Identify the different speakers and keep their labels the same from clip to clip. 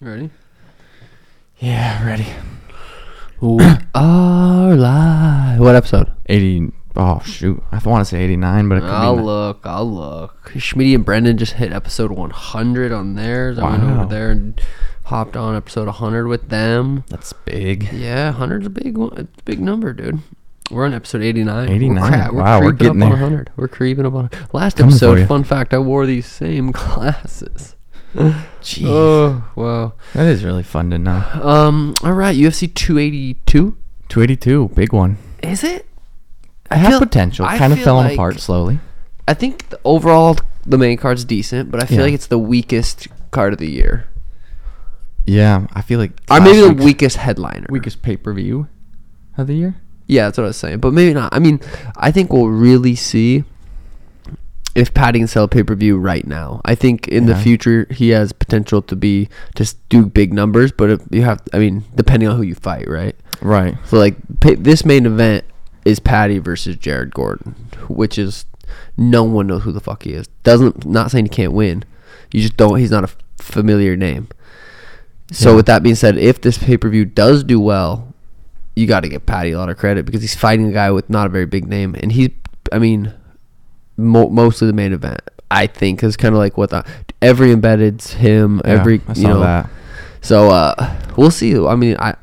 Speaker 1: Ready?
Speaker 2: Yeah, ready.
Speaker 1: We are live. What episode?
Speaker 2: 80. Oh, shoot. I want to say 89, but it could
Speaker 1: I'll
Speaker 2: be. ni-
Speaker 1: Ah, look. I'll look. Schmitty and Brendan just hit episode 100 on theirs. I went
Speaker 2: Wow.
Speaker 1: over there and hopped on episode 100 with them.
Speaker 2: That's big.
Speaker 1: Yeah, 100's a big one. It's a big number, dude. We're on episode 89.
Speaker 2: 89.
Speaker 1: We're, cra- we're
Speaker 2: Wow, we're
Speaker 1: creeping
Speaker 2: getting
Speaker 1: up
Speaker 2: there.
Speaker 1: on 100. We're creeping up on 100. Last
Speaker 2: Coming for
Speaker 1: episode,
Speaker 2: you.
Speaker 1: fun fact, I wore these same glasses.
Speaker 2: Jeez.
Speaker 1: Oh, wow.
Speaker 2: That is really fun to know.
Speaker 1: Um, all right, UFC 282.
Speaker 2: 282, big one.
Speaker 1: Is it?
Speaker 2: I have
Speaker 1: feel-
Speaker 2: potential.
Speaker 1: I
Speaker 2: Kind of
Speaker 1: feel
Speaker 2: fell
Speaker 1: like-
Speaker 2: apart slowly.
Speaker 1: I think the overall the main card's decent, but I feel
Speaker 2: Yeah.
Speaker 1: like it's the weakest card of the year,
Speaker 2: Yeah, I feel like.
Speaker 1: or maybe
Speaker 2: last
Speaker 1: the
Speaker 2: week's-
Speaker 1: weakest headliner.
Speaker 2: weakest pay per view of the year.
Speaker 1: Yeah, that's what I was saying, but maybe not. I mean, I think we'll really see if Patty can sell pay per view right now. I think in the
Speaker 2: Yeah.
Speaker 1: future he has potential to be just do big numbers, but if you have, I mean, depending on who you fight, right?
Speaker 2: Right.
Speaker 1: So like pa this main event is Patty versus Jared Gordon, which is no one knows who the fuck he is. Doesn't not saying he can't win. You just don't. He's not a f- familiar name. So
Speaker 2: Yeah.
Speaker 1: with that being said, if this pay per view does do well, you got to give Patty a lot of credit because he's fighting a guy with not a very big name, and he's I mean mo- mostly the main event. I think is kind of like what the, every embedded's him.
Speaker 2: Yeah,
Speaker 1: every
Speaker 2: I saw
Speaker 1: you know
Speaker 2: that.
Speaker 1: so uh, we'll see. I mean, I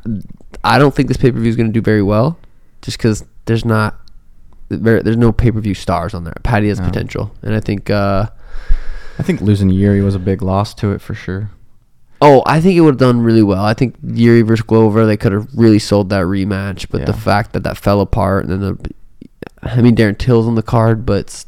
Speaker 1: I don't think this pay per view is going to do very well, just because there's not there, there's no pay per view stars on there. Patty has
Speaker 2: No.
Speaker 1: potential, and I think. Uh,
Speaker 2: I think losing Yuri was a big loss to it for sure.
Speaker 1: oh, I think it would have done really well. I think Yuri versus Glover, they could have really sold that rematch, but the
Speaker 2: Yeah.
Speaker 1: fact that that fell apart and then the, I mean, Darren Till's on the card, but it's,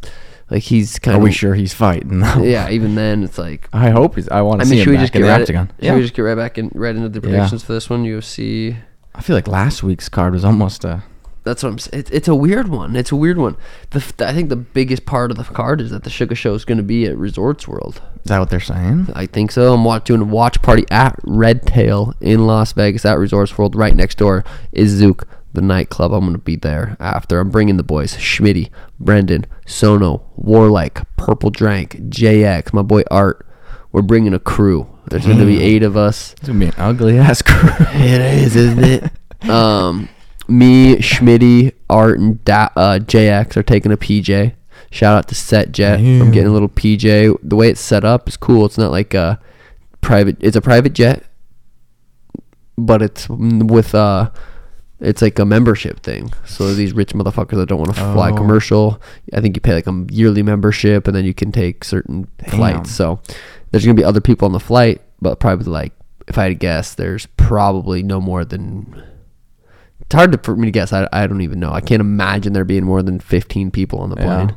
Speaker 1: like he's kind
Speaker 2: Are
Speaker 1: of
Speaker 2: we sure he's fighting? though?
Speaker 1: yeah. Even then, it's like.
Speaker 2: I hope he's. I want
Speaker 1: I
Speaker 2: to
Speaker 1: mean,
Speaker 2: see
Speaker 1: should
Speaker 2: him
Speaker 1: we
Speaker 2: back
Speaker 1: just
Speaker 2: in
Speaker 1: get
Speaker 2: the
Speaker 1: right?
Speaker 2: octagon.
Speaker 1: Should we just get right back in, right into the
Speaker 2: Yeah.
Speaker 1: predictions for this one? UFC.
Speaker 2: I feel like last week's card was almost a.
Speaker 1: That's what I'm. s- It, it's a weird one. It's a weird one. The, f- I think the biggest part of the card is that the Sugar Show is going to be at Resorts World.
Speaker 2: Is that what they're saying?
Speaker 1: I think so. I'm watch, doing a watch party at Red Tail in Las Vegas at Resorts World. Right next door is Zook, the nightclub. I'm going to be there after. I'm bringing the boys Schmitty, Brendan, Sono, Warlike, Purple Drank, JX, my boy Art. We're bringing a crew. There's going to be eight of us.
Speaker 2: It's gonna be an ugly ass crew.
Speaker 1: It is, isn't it? um, me, Schmitty, Art, and da- uh, JX are taking a PJ. Shout out to Set Jet. I'm getting a little PJ. The way it's set up is cool. It's not like a private. It's a private jet, but it's mm, with uh, it's like a membership thing. So these rich motherfuckers that don't want to fly
Speaker 2: Oh.
Speaker 1: commercial, I think you pay like a yearly membership, and then you can take certain flights. So there's gonna be other people on the flight, but probably like if I had to guess, there's probably no more than. It's hard to, for me to guess. I, I don't even know. I can't imagine there being more than 15 people on the
Speaker 2: Yeah.
Speaker 1: plane.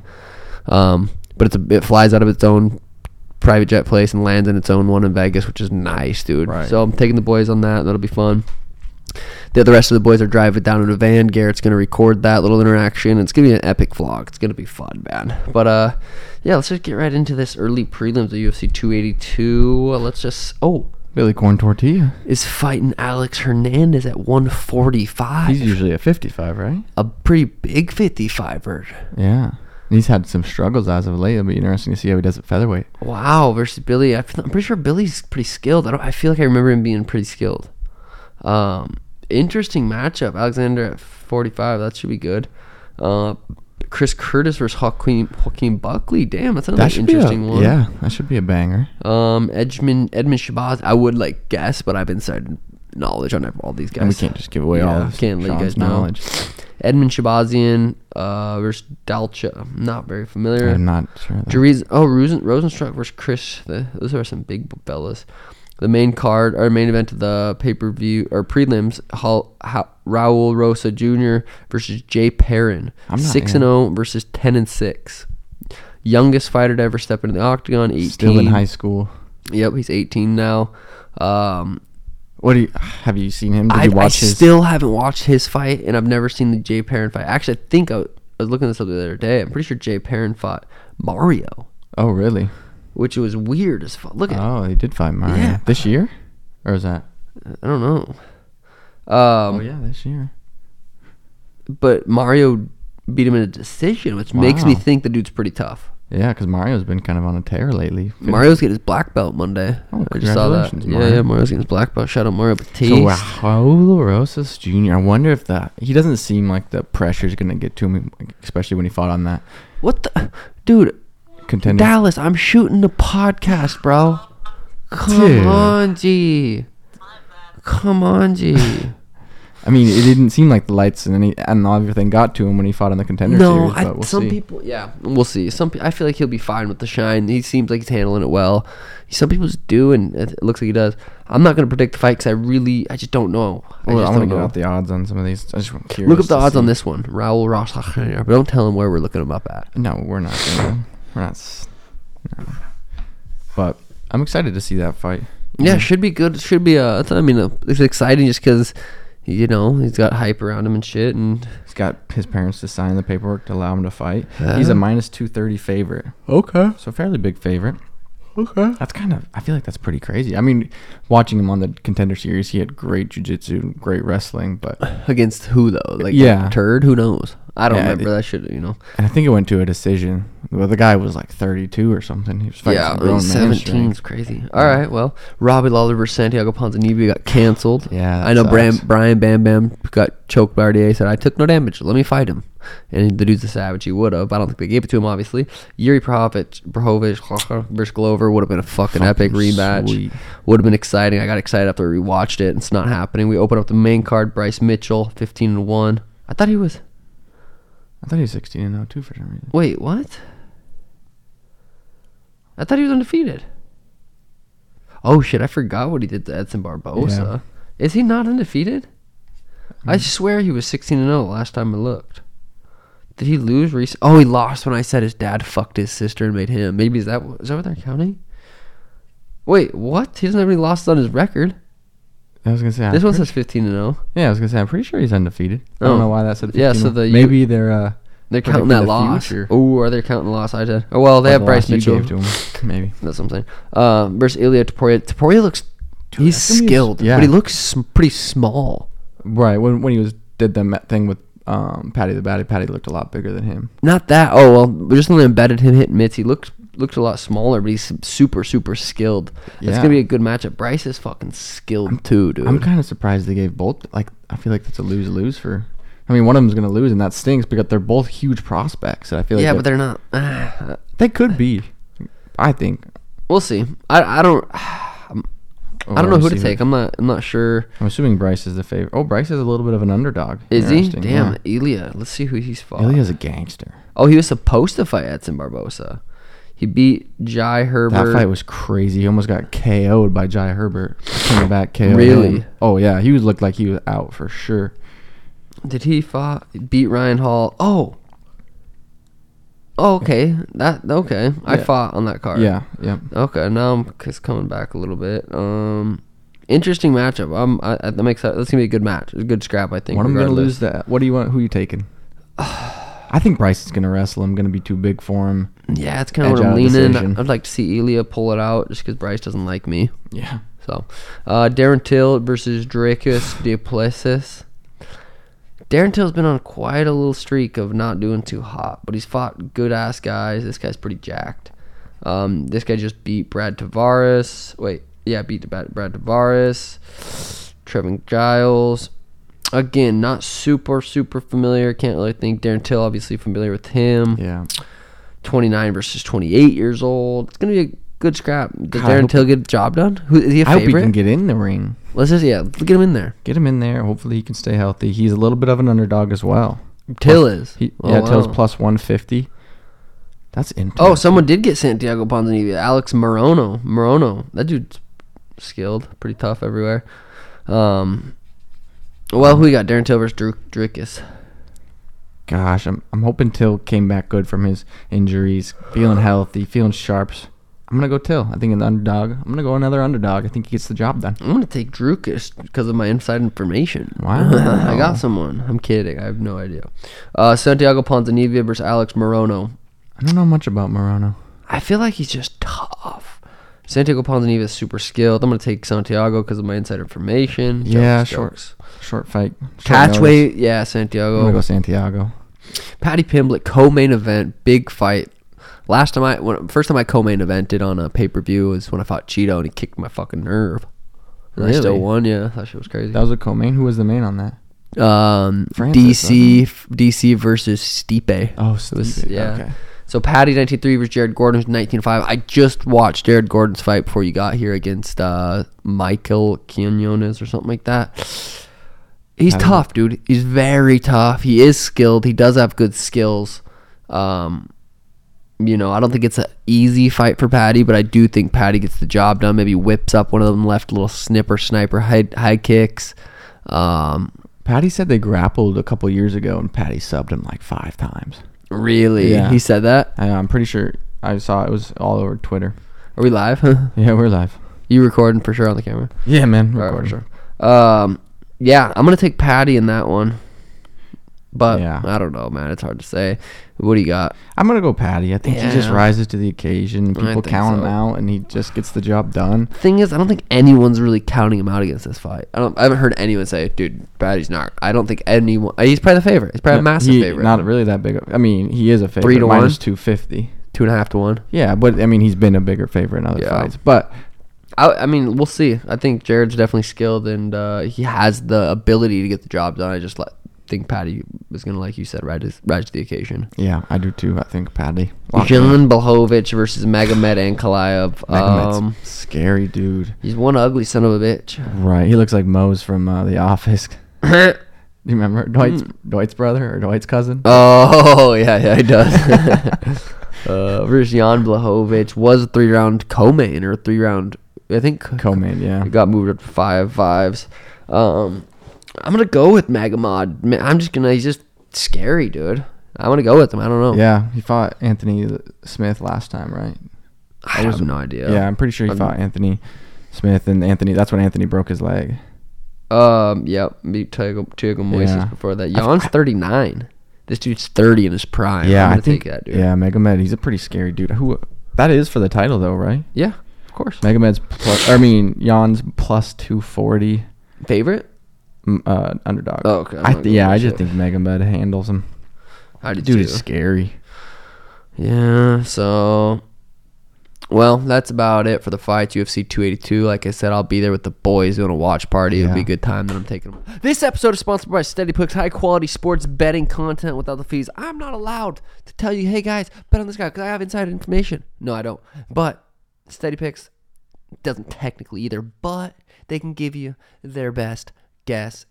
Speaker 1: Um, but it's a, it flies out of its own private jet place and lands in its own one in Vegas, which is nice, dude.
Speaker 2: Right.
Speaker 1: So I'm taking the boys on that. That'll be fun. The other rest of the boys are driving down in a van. Garrett's gonna record that little interaction. It's gonna be an epic vlog. It's gonna be fun, man. But uh, yeah, let's just get right into this early prelims of UFC 282. Uh, Let's just oh,
Speaker 2: Billy Corn Tortilla.
Speaker 1: is fighting Alex Hernandez at 145.
Speaker 2: He's usually a 55, right?
Speaker 1: a pretty big 55er.
Speaker 2: Yeah. And he's had some struggles as of late. It'll be interesting to see how he does at featherweight.
Speaker 1: Wow, versus Billy. I feel, I'm pretty sure Billy's pretty skilled. I, don't, I feel like I remember him being pretty skilled. Um, interesting matchup. Alexander at 45. That should be good. Uh, Chris Curtis versus Joaquin, Joaquin Buckley. Damn, that's another interesting
Speaker 2: be a,
Speaker 1: one.
Speaker 2: Yeah, that should be a banger.
Speaker 1: Um, Edmund Edmund Shabazz. I would like guess, but I've inside knowledge on all these guys.
Speaker 2: And we can't just give away all
Speaker 1: Yeah,
Speaker 2: of
Speaker 1: can't let you
Speaker 2: Sean's
Speaker 1: guys know.
Speaker 2: knowledge.
Speaker 1: Edmund Shabazian uh, versus Dalcha. I'm not very familiar.
Speaker 2: I'm not sure. Of that.
Speaker 1: Jerez, oh, Rosen, Rosenstruck versus Chris. The, those are some big bellas. The main card or main event of the pay per view or prelims: Hal, ha, Raul Rosa Jr. versus Jay Perrin.
Speaker 2: I'm not
Speaker 1: Six and zero versus ten and six. Youngest fighter to ever step into the octagon. Eighteen.
Speaker 2: Still in high school.
Speaker 1: Yep, he's eighteen now. Um,
Speaker 2: What do you have you seen him? Did
Speaker 1: I,
Speaker 2: you
Speaker 1: I
Speaker 2: watch his
Speaker 1: still haven't watched his fight, and I've never seen the Jay Perrin fight. Actually, I think I was, I was looking this up the other day. I'm pretty sure Jay Perrin fought Mario,
Speaker 2: Oh really?
Speaker 1: which was weird as fuck. Look at
Speaker 2: Oh, he did fight Mario.
Speaker 1: Yeah.
Speaker 2: This year? Or is that
Speaker 1: I don't know. Um,
Speaker 2: Oh yeah, this year.
Speaker 1: But Mario beat him in a decision, which makes me
Speaker 2: Wow.
Speaker 1: think the dude's pretty tough.
Speaker 2: Yeah, because Mario's been kind of on a tear lately.
Speaker 1: Mario's getting his black belt Monday.
Speaker 2: Oh,
Speaker 1: I just saw that.
Speaker 2: congratulations,
Speaker 1: Yeah, yeah,
Speaker 2: Mario.
Speaker 1: Mario's getting his black belt. Shout out Mario Batiste.
Speaker 2: So Raul Rosas Jr. I wonder if that he doesn't seem like the pressure's gonna get to him, especially when he fought on that
Speaker 1: What the, dude?
Speaker 2: contender.
Speaker 1: Dallas, I'm shooting the podcast, bro. Come
Speaker 2: Dude.
Speaker 1: on, G. Come on, G.
Speaker 2: I mean, it didn't seem like the lights and any and everything got to him when he fought on the contender
Speaker 1: no,
Speaker 2: series.
Speaker 1: I,
Speaker 2: But we'll
Speaker 1: some
Speaker 2: see.
Speaker 1: people, yeah, we'll see. Some, pe- I feel like he'll be fine with the shine. He seems like he's handling it well. Some people just do, and it it looks like he does. I'm not gonna predict the fight because I really, I just don't know. I
Speaker 2: Well,
Speaker 1: just
Speaker 2: I'm gonna
Speaker 1: don't
Speaker 2: go
Speaker 1: know.
Speaker 2: out the odds on some of these. I just want curious.
Speaker 1: Look up the
Speaker 2: to
Speaker 1: odds on
Speaker 2: see.
Speaker 1: this one, Raul Ross. But don't tell him where we're looking him up at.
Speaker 2: No, we're not. Gonna, we're not. s- No. But I'm excited to see that fight.
Speaker 1: Yeah, should be good. Should be. Uh, it's- I mean, uh, it's exciting just because, you know, he's got hype around him and shit, and
Speaker 2: He's got his parents to sign the paperwork to allow him to fight. He's
Speaker 1: Yeah.
Speaker 2: a minus two thirty favorite,
Speaker 1: okay,
Speaker 2: so fairly big favorite.
Speaker 1: okay.
Speaker 2: That's kind of. I feel like that's pretty crazy. I mean, watching him on the contender series, he had great jujitsu, and great wrestling, but
Speaker 1: Against who though? Like
Speaker 2: Yeah.
Speaker 1: yeah, turd. Who knows? I don't
Speaker 2: Yeah,
Speaker 1: remember
Speaker 2: it-
Speaker 1: that shit. You know.
Speaker 2: and I think it went to a decision. Well, the guy was like thirty-two or something. He was fighting
Speaker 1: Yeah,
Speaker 2: some grown man
Speaker 1: seventeen
Speaker 2: strength.
Speaker 1: is crazy. All right, well, Robbie Lawler versus Santiago Ponzinibbio got canceled.
Speaker 2: Yeah, that
Speaker 1: I know. Bram,
Speaker 2: sucks.
Speaker 1: Brian Bam Bam got choked by RDA. Said I took no damage. Let me fight him. And the dude's a savage. He would have. I don't think they gave it to him. Obviously, Yuri Provic, Prohovic versus Glover would have been a fucking, epic
Speaker 2: Fucking
Speaker 1: rematch.
Speaker 2: sweet.
Speaker 1: Would have been exciting. I got excited after we watched it. It's not happening. We open up the main card. Bryce Mitchell, fifteen and one. I thought he was.
Speaker 2: I thought he was sixteen and 0 too for some reason.
Speaker 1: Wait, what? I thought he was undefeated. Oh shit, I forgot what he did to Edson Barbosa. Is he not undefeated?
Speaker 2: Mm.
Speaker 1: I swear he was 16 and 0 last time I looked. Did he lose recent? Oh, he lost when I said his dad fucked his sister and made him. Maybe is that wh- is that what they're counting? Wait, what? He doesn't have any losses on his record.
Speaker 2: I was gonna say I
Speaker 1: This one
Speaker 2: pretty-
Speaker 1: says 15 and oh. 0.
Speaker 2: Yeah, I was gonna say I'm pretty sure he's undefeated. I
Speaker 1: Oh.
Speaker 2: don't know why that said. 15
Speaker 1: Yeah, so the-
Speaker 2: maybe they're uh,
Speaker 1: They're
Speaker 2: Predicting
Speaker 1: counting that
Speaker 2: the
Speaker 1: loss.
Speaker 2: future.
Speaker 1: Oh, are they counting the loss? I said. Oh well, they
Speaker 2: like
Speaker 1: have
Speaker 2: the
Speaker 1: Bryce
Speaker 2: loss you
Speaker 1: Mitchell.
Speaker 2: gave to him. Maybe
Speaker 1: That's what I'm saying. Um, versus Ilya Taporia. Taporia looks. he's
Speaker 2: that's gonna be a-
Speaker 1: skilled,
Speaker 2: yeah.
Speaker 1: but he looks sm- pretty small.
Speaker 2: right when when he was did the ma- thing with um Patty the Batty. Patty looked a lot bigger than him.
Speaker 1: Not that. Oh well, we just only embedded him hitting mitts. He looked looked a lot smaller, but he's super super skilled. That's
Speaker 2: Yeah.
Speaker 1: gonna be a good matchup. Bryce is fucking skilled too, dude.
Speaker 2: I'm kind of surprised they gave both. Like I feel like that's a lose lose for. I mean, one of them's gonna lose, and that stinks because they're both huge prospects. And I feel like
Speaker 1: yeah,
Speaker 2: that-
Speaker 1: but they're not. Ah,
Speaker 2: they could be. I think.
Speaker 1: we'll see. I, I don't. I'm- I don't know who to take. I'm not. I'm not sure.
Speaker 2: I'm assuming Bryce is the favorite. Oh, Bryce is a little bit of an underdog.
Speaker 1: Is he?
Speaker 2: Interesting,
Speaker 1: Damn, Ilya. Let's see who he's fought.
Speaker 2: Yeah. Ilya's a gangster.
Speaker 1: Oh, he was supposed to fight Edson Barbosa. He beat Jai Herbert.
Speaker 2: That fight was crazy. He almost got KO'd by Jai Herbert. Came back KO.
Speaker 1: Really?
Speaker 2: Oh yeah, he was looked like he was out for sure.
Speaker 1: Did he fight, beat Ryan Hall? Oh. Oh, okay. That okay. I
Speaker 2: Yeah.
Speaker 1: fought on that card.
Speaker 2: Yeah, yeah.
Speaker 1: Okay. Now I'm just coming back a little bit. Um, interesting matchup. Um, I, I, that makes that- that's gonna be a good match. It's a good scrap, I think.
Speaker 2: One of them gonna
Speaker 1: regardless.
Speaker 2: lose that. What do you want? Who you taking? I think Bryce is gonna wrestle him. Gonna be too big for him.
Speaker 1: Yeah, it's kind of
Speaker 2: Edge
Speaker 1: what I'm
Speaker 2: out
Speaker 1: leaning.
Speaker 2: decision.
Speaker 1: I'd like to see Elia pull it out just because Bryce doesn't like me.
Speaker 2: Yeah.
Speaker 1: So, uh, Darren Till versus Dracus Duplessis. Darren Till's been on quite a little streak of not doing too hot, but he's fought good ass guys. This guy's pretty jacked. Um, this guy just beat Brad Tavares. Wait, yeah, beat Brad, Brad Tavares. Trevin Giles. Again, not super super familiar. Can't really think. Darren Till obviously familiar with him.
Speaker 2: Yeah.
Speaker 1: 29 versus 28 years old. It's gonna be a good scrap. Does
Speaker 2: God, I
Speaker 1: Darren
Speaker 2: hope-
Speaker 1: Till get a job done? Who is he a
Speaker 2: I hope he
Speaker 1: favorite?
Speaker 2: can get in the ring.
Speaker 1: Let's just yeah, get him in there.
Speaker 2: Get him in there. Hopefully he can stay healthy. He's a little bit of an underdog as well.
Speaker 1: Till is.
Speaker 2: He,
Speaker 1: Oh,
Speaker 2: yeah, Till's
Speaker 1: wow.
Speaker 2: plus one fifty. That's intense.
Speaker 1: Oh, someone did get Santiago Ponzinibbio. Alex Morono. Morono. That dude's skilled, pretty tough everywhere. Um, well, who we got? Darren Till versus Drew Drickus.
Speaker 2: Gosh, I'm I'm hoping Till came back good from his injuries, feeling healthy, feeling sharps. I'm gonna go Till. I think an underdog. I'm gonna go another underdog. I think he gets the job done.
Speaker 1: I'm gonna take Drukas because of my inside information.
Speaker 2: Wow.
Speaker 1: I got someone. I'm kidding. I have no idea. Uh, Santiago Ponzinibbio versus Alex Morono.
Speaker 2: I don't know much about Morono.
Speaker 1: I feel like he's just tough. Santiago Ponzinibbio is super skilled. I'm gonna take Santiago because of my inside information.
Speaker 2: Yeah,
Speaker 1: Jokes,
Speaker 2: short-
Speaker 1: jokes.
Speaker 2: Short fight. Short notice.
Speaker 1: Catchway, yeah,
Speaker 2: I'm gonna
Speaker 1: Santiago.
Speaker 2: go Santiago.
Speaker 1: Patty Pimblett, co-main event, big fight. Last time I, when, first time I co-main evented on a pay-per-view was when I fought Cheeto and he kicked my fucking nerve. And I still
Speaker 2: Really?
Speaker 1: won. Yeah, that shit was crazy.
Speaker 2: That was a co-main. Who was the main on that?
Speaker 1: um,
Speaker 2: Francis,
Speaker 1: DC, f- DC versus Stipe.
Speaker 2: Oh, so
Speaker 1: was- yeah. So Patty 19.3 versus Jared Gordon was 19.5. I just watched Jared Gordon's fight before you got here against uh, Michael Quinones or something like that. He's
Speaker 2: How-
Speaker 1: tough, dude. He's very tough. He is skilled. He does have good skills. Um, you know, I don't think it's an easy fight for Patty, but I do think Patty gets the job done. Maybe whips up one of them left little snipper sniper high, high kicks. Um,
Speaker 2: Patty said they grappled a couple years ago, and Patty subbed him like five times.
Speaker 1: really,
Speaker 2: Yeah.
Speaker 1: he said that.
Speaker 2: I, I'm pretty sure I saw it was all over Twitter.
Speaker 1: Are we live? Huh?
Speaker 2: Yeah, we're live.
Speaker 1: You recording for sure on the camera?
Speaker 2: Yeah, man.
Speaker 1: All right,
Speaker 2: Recording.
Speaker 1: for sure. Um, yeah, I'm gonna take Patty in that one, but
Speaker 2: Yeah.
Speaker 1: I don't know, man. It's hard to say. What do you got?
Speaker 2: I'm gonna go Patty. I think he just
Speaker 1: Yeah.
Speaker 2: rises to the occasion. People
Speaker 1: think
Speaker 2: count
Speaker 1: so.
Speaker 2: him out, and he just gets the job done.
Speaker 1: Thing is, I don't think anyone's really counting him out against this fight. I don't. I haven't heard anyone say, "Dude, Patty's not." I don't think anyone. uh, He's probably the favorite. He's probably a massive
Speaker 2: He-
Speaker 1: favorite.
Speaker 2: Not really that big. of- I mean, he is a favorite.
Speaker 1: to one?
Speaker 2: two fifty.
Speaker 1: two and a half to one.
Speaker 2: Yeah, but I mean, he's been a bigger favorite in other
Speaker 1: Yeah.
Speaker 2: fights. But
Speaker 1: I, I mean, we'll see. I think Jared's definitely skilled and uh, he has the ability to get the job done. I just like think Patty is gonna, like you said, rise rise to the occasion.
Speaker 2: yeah, I do too. I think Patty. Lock him
Speaker 1: John Blahovic versus Magomed Ankalaev.
Speaker 2: Magnet's
Speaker 1: Um,
Speaker 2: scary dude.
Speaker 1: He's one ugly son of a bitch.
Speaker 2: Right. He looks like Moe's from uh, The Office. Do you remember Dwight's Dwight's brother or Dwight's cousin?
Speaker 1: Hmm. oh yeah, yeah, he does. uh, versus Jan Blahovic was a three round co-main or three round. I think
Speaker 2: Co-main, yeah.
Speaker 1: It got moved up to five fives. Um, I'm gonna go with Magamod. Ma- I'm just gonna. He's just scary, dude. I want to go with him. I don't know.
Speaker 2: Yeah, he fought Anthony Smith last time, right?
Speaker 1: I have no idea.
Speaker 2: Yeah, I'm pretty sure he
Speaker 1: I'm-
Speaker 2: fought Anthony Smith, and Anthony. That's when Anthony broke his leg.
Speaker 1: Um. Yep. Beat Tiago Tiago Moises
Speaker 2: Yeah.
Speaker 1: before that. Jan's 39. This dude's 30 in his prime.
Speaker 2: yeah,
Speaker 1: I'm
Speaker 2: I
Speaker 1: gonna
Speaker 2: think.
Speaker 1: take that dude.
Speaker 2: Yeah, Megamed. He's a pretty scary dude. Who? That is for the title though, right?
Speaker 1: Yeah. Of course.
Speaker 2: Megamed's plus. I mean, Jan's plus two forty.
Speaker 1: Favorite.
Speaker 2: Uh, underdog.
Speaker 1: Oh, okay, I'm not
Speaker 2: I th-
Speaker 1: going
Speaker 2: yeah,
Speaker 1: with
Speaker 2: I just
Speaker 1: it.
Speaker 2: think Megamed handles him.
Speaker 1: I did
Speaker 2: Dude
Speaker 1: too.
Speaker 2: is scary.
Speaker 1: Yeah, so well, that's about it for the fights. UFC 282. Like I said, I'll be there with the boys doing a watch party. It'll be a
Speaker 2: Yeah.
Speaker 1: good time that I'm taking them. This episode is sponsored by Steady Picks, high quality sports betting content without the fees. I'm not allowed to tell you, hey guys, bet on this guy because I have inside information. No, I don't. But Steady Picks doesn't technically either, but they can give you their best guess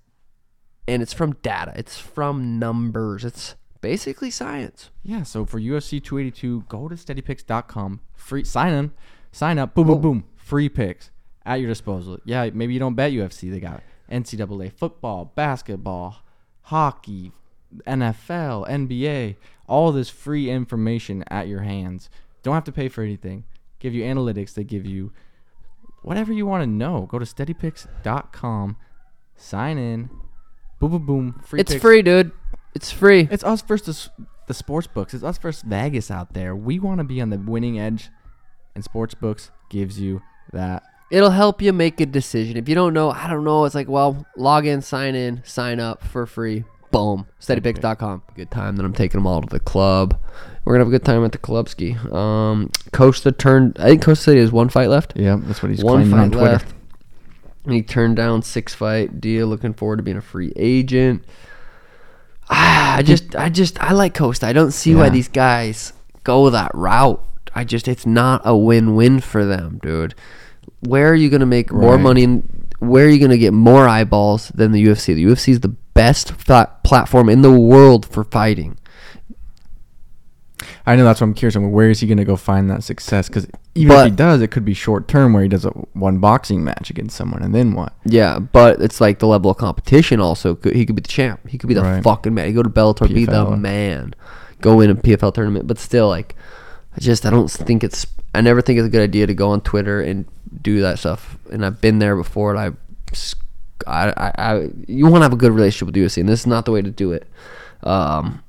Speaker 1: and it's from data. It's from numbers. It's basically science.
Speaker 2: Yeah, so for UFC 282, go to steadypicks.com. Free sign in, sign up. Boom, boom, boom. Free picks at your disposal. Yeah, maybe you don't bet UFC. They got NCAA football, basketball, hockey, NFL, NBA. All this free information at your hands. Don't have to pay for anything. Give you analytics. They give you whatever you want to know. Go to steadypicks.com. Sign in. Boom, boom, boom. Free
Speaker 1: It's
Speaker 2: picks.
Speaker 1: free, dude. It's free.
Speaker 2: It's us versus the sports books. It's us versus Vegas out there. We want to be on the winning edge, and sports books gives you that.
Speaker 1: It'll help you make a decision. If you don't know, I don't know. It's like, well, log in, sign in, sign up for free. Boom. Steadypicks.com. Good time. Then I'm taking them all to the club. We're gonna have a good time at the club ski. Um, Coach the turn. I think Coach City has one fight left.
Speaker 2: Yeah, that's what he's
Speaker 1: one
Speaker 2: claiming
Speaker 1: fight
Speaker 2: on Twitter.
Speaker 1: left. And he turned down six fight deal. Looking forward to being a free agent. Ah, I just, I just, I like Costa. I don't see why
Speaker 2: Yeah.
Speaker 1: these guys go that route. I just, it's not a win-win for them, dude. Where are you gonna make more
Speaker 2: Right.
Speaker 1: money? And where are you gonna get more eyeballs than the UFC? The UFC is the best fa- platform in the world for fighting.
Speaker 2: I know that's what I'm curious. I mean, where is he going to go find that success? Because even
Speaker 1: But-
Speaker 2: if he does, it could be short term where he does a one boxing match against someone, and then what?
Speaker 1: Yeah, but it's like the level of competition. Also, could, he could be the champ. He could be the
Speaker 2: Right.
Speaker 1: fucking man. He go to Bellator, be the
Speaker 2: PFL.
Speaker 1: man. Go in a PFL tournament, but still, like, I just I don't think it's. I never think it's a good idea to go on Twitter and do that stuff. And I've been there before, and I, s- I, I- I- you want to have a good relationship with UFC, and this is not the way to do it. Um,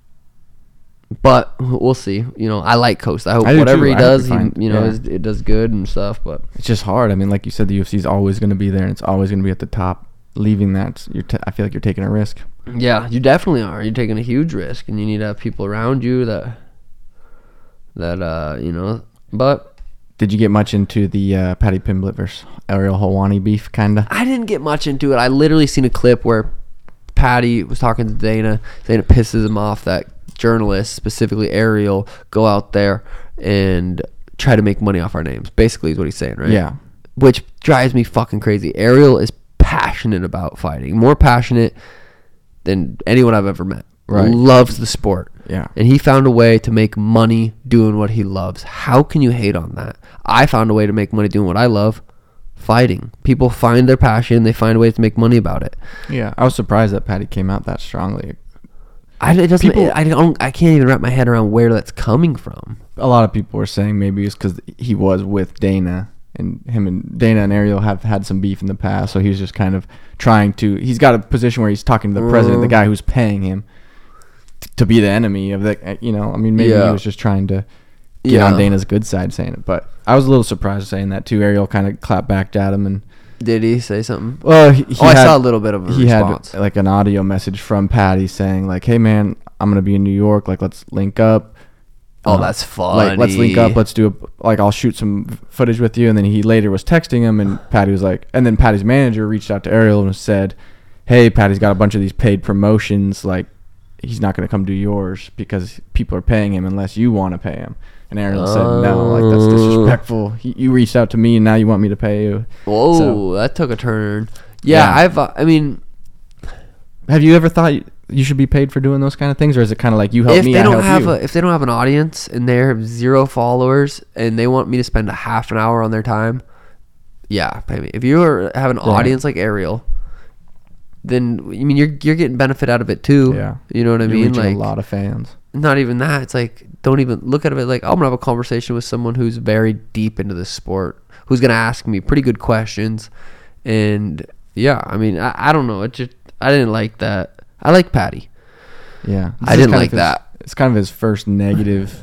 Speaker 1: but we'll see. You know, I like Coast. I hope
Speaker 2: I do
Speaker 1: whatever
Speaker 2: too.
Speaker 1: he
Speaker 2: I hope
Speaker 1: does,
Speaker 2: he
Speaker 1: he,
Speaker 2: finds-
Speaker 1: you know,
Speaker 2: yeah.
Speaker 1: is, it does good and stuff. But
Speaker 2: It's just hard. I mean, like you said, the UFC is always going to be there, and it's always going to be at the top. Leaving that, you're t- I feel like you're taking a risk.
Speaker 1: Yeah, you definitely are. You're taking a huge risk, and you need to have people around you that that uh, you know. But
Speaker 2: Did you get much into the uh, Patty Pimblett versus Ariel Hawani beef, kind of?
Speaker 1: I didn't get much into it. I literally seen a clip where Patty was talking to Dana. Dana pisses him off that journalists, specifically Ariel, go out there and try to make money off our names. Basically, is what he's saying, right?
Speaker 2: Yeah.
Speaker 1: Which drives me fucking crazy. Ariel is passionate about fighting, more passionate than anyone I've ever met.
Speaker 2: Right.
Speaker 1: Loves the sport.
Speaker 2: Yeah.
Speaker 1: And he found a way to make money doing what he loves. How can you hate on that? I found a way to make money doing what I love, fighting. People find their passion, they find ways to make money about it.
Speaker 2: Yeah. I was surprised that Patty came out that strongly.
Speaker 1: I it doesn't
Speaker 2: People-
Speaker 1: I don't I can't even wrap my head around where that's coming from.
Speaker 2: A lot of people were saying maybe it's because he was with Dana, and him and Dana and Ariel have had some beef in the past, so he's just kind of trying to. He's got a position where he's talking to the president, the
Speaker 1: Mhm.
Speaker 2: guy who's paying him, t- to be the enemy of the. eh, You know, I mean, maybe he
Speaker 1: Yeah.
Speaker 2: was just trying to get on
Speaker 1: Yeah.
Speaker 2: Dana's good side saying it, but I was a little surprised saying that too. Ariel kind of clapped back at him and.
Speaker 1: Did he say something?
Speaker 2: Well, he, he
Speaker 1: oh, I
Speaker 2: had-
Speaker 1: saw a little bit of a
Speaker 2: he
Speaker 1: response.
Speaker 2: had uh, like an audio message from Patty saying like, "Hey man, I'm gonna be in New York. Like, let's link up.
Speaker 1: oh,
Speaker 2: Uh,
Speaker 1: that's funny.
Speaker 2: Like, let's link up. Let's do a like. I'll shoot some v- footage with you." And then he later was texting him, and Patty was like, and then Patty's manager reached out to Ariel and said, "Hey, Patty's got a bunch of these paid promotions. Like, he's not gonna come do yours because people are paying him unless you want to pay him." And Ariel said, "No, like that's
Speaker 1: Oh.
Speaker 2: disrespectful. He, you reached out to me, and now you want me to pay you."
Speaker 1: Whoa,
Speaker 2: So-
Speaker 1: that took a turn. Yeah,
Speaker 2: Yeah.
Speaker 1: I've uh, I mean,
Speaker 2: Have you ever thought you- you should be paid for doing those kind of things, or is it kind of like you help
Speaker 1: if
Speaker 2: me,
Speaker 1: they
Speaker 2: I
Speaker 1: don't
Speaker 2: help
Speaker 1: have
Speaker 2: you?
Speaker 1: a if they don't have an audience and they have zero followers and they want me to spend a half an hour on their time, yeah, pay me. If you are, have an
Speaker 2: Yeah.
Speaker 1: audience like Ariel, then I mean you're you're getting benefit out of it too.
Speaker 2: Yeah.
Speaker 1: you know what I
Speaker 2: You're
Speaker 1: mean.
Speaker 2: reaching
Speaker 1: Like
Speaker 2: a lot of fans.
Speaker 1: not even that. It's like don't even look at it like I'm gonna have a conversation with someone who's very deep into this sport, who's gonna ask me pretty good questions, and yeah, I mean I, I don't know. It just I didn't like that. I like Patty.
Speaker 2: Yeah,
Speaker 1: I
Speaker 2: is
Speaker 1: didn't
Speaker 2: kind of
Speaker 1: like
Speaker 2: his-
Speaker 1: that.
Speaker 2: It's kind of his first negative.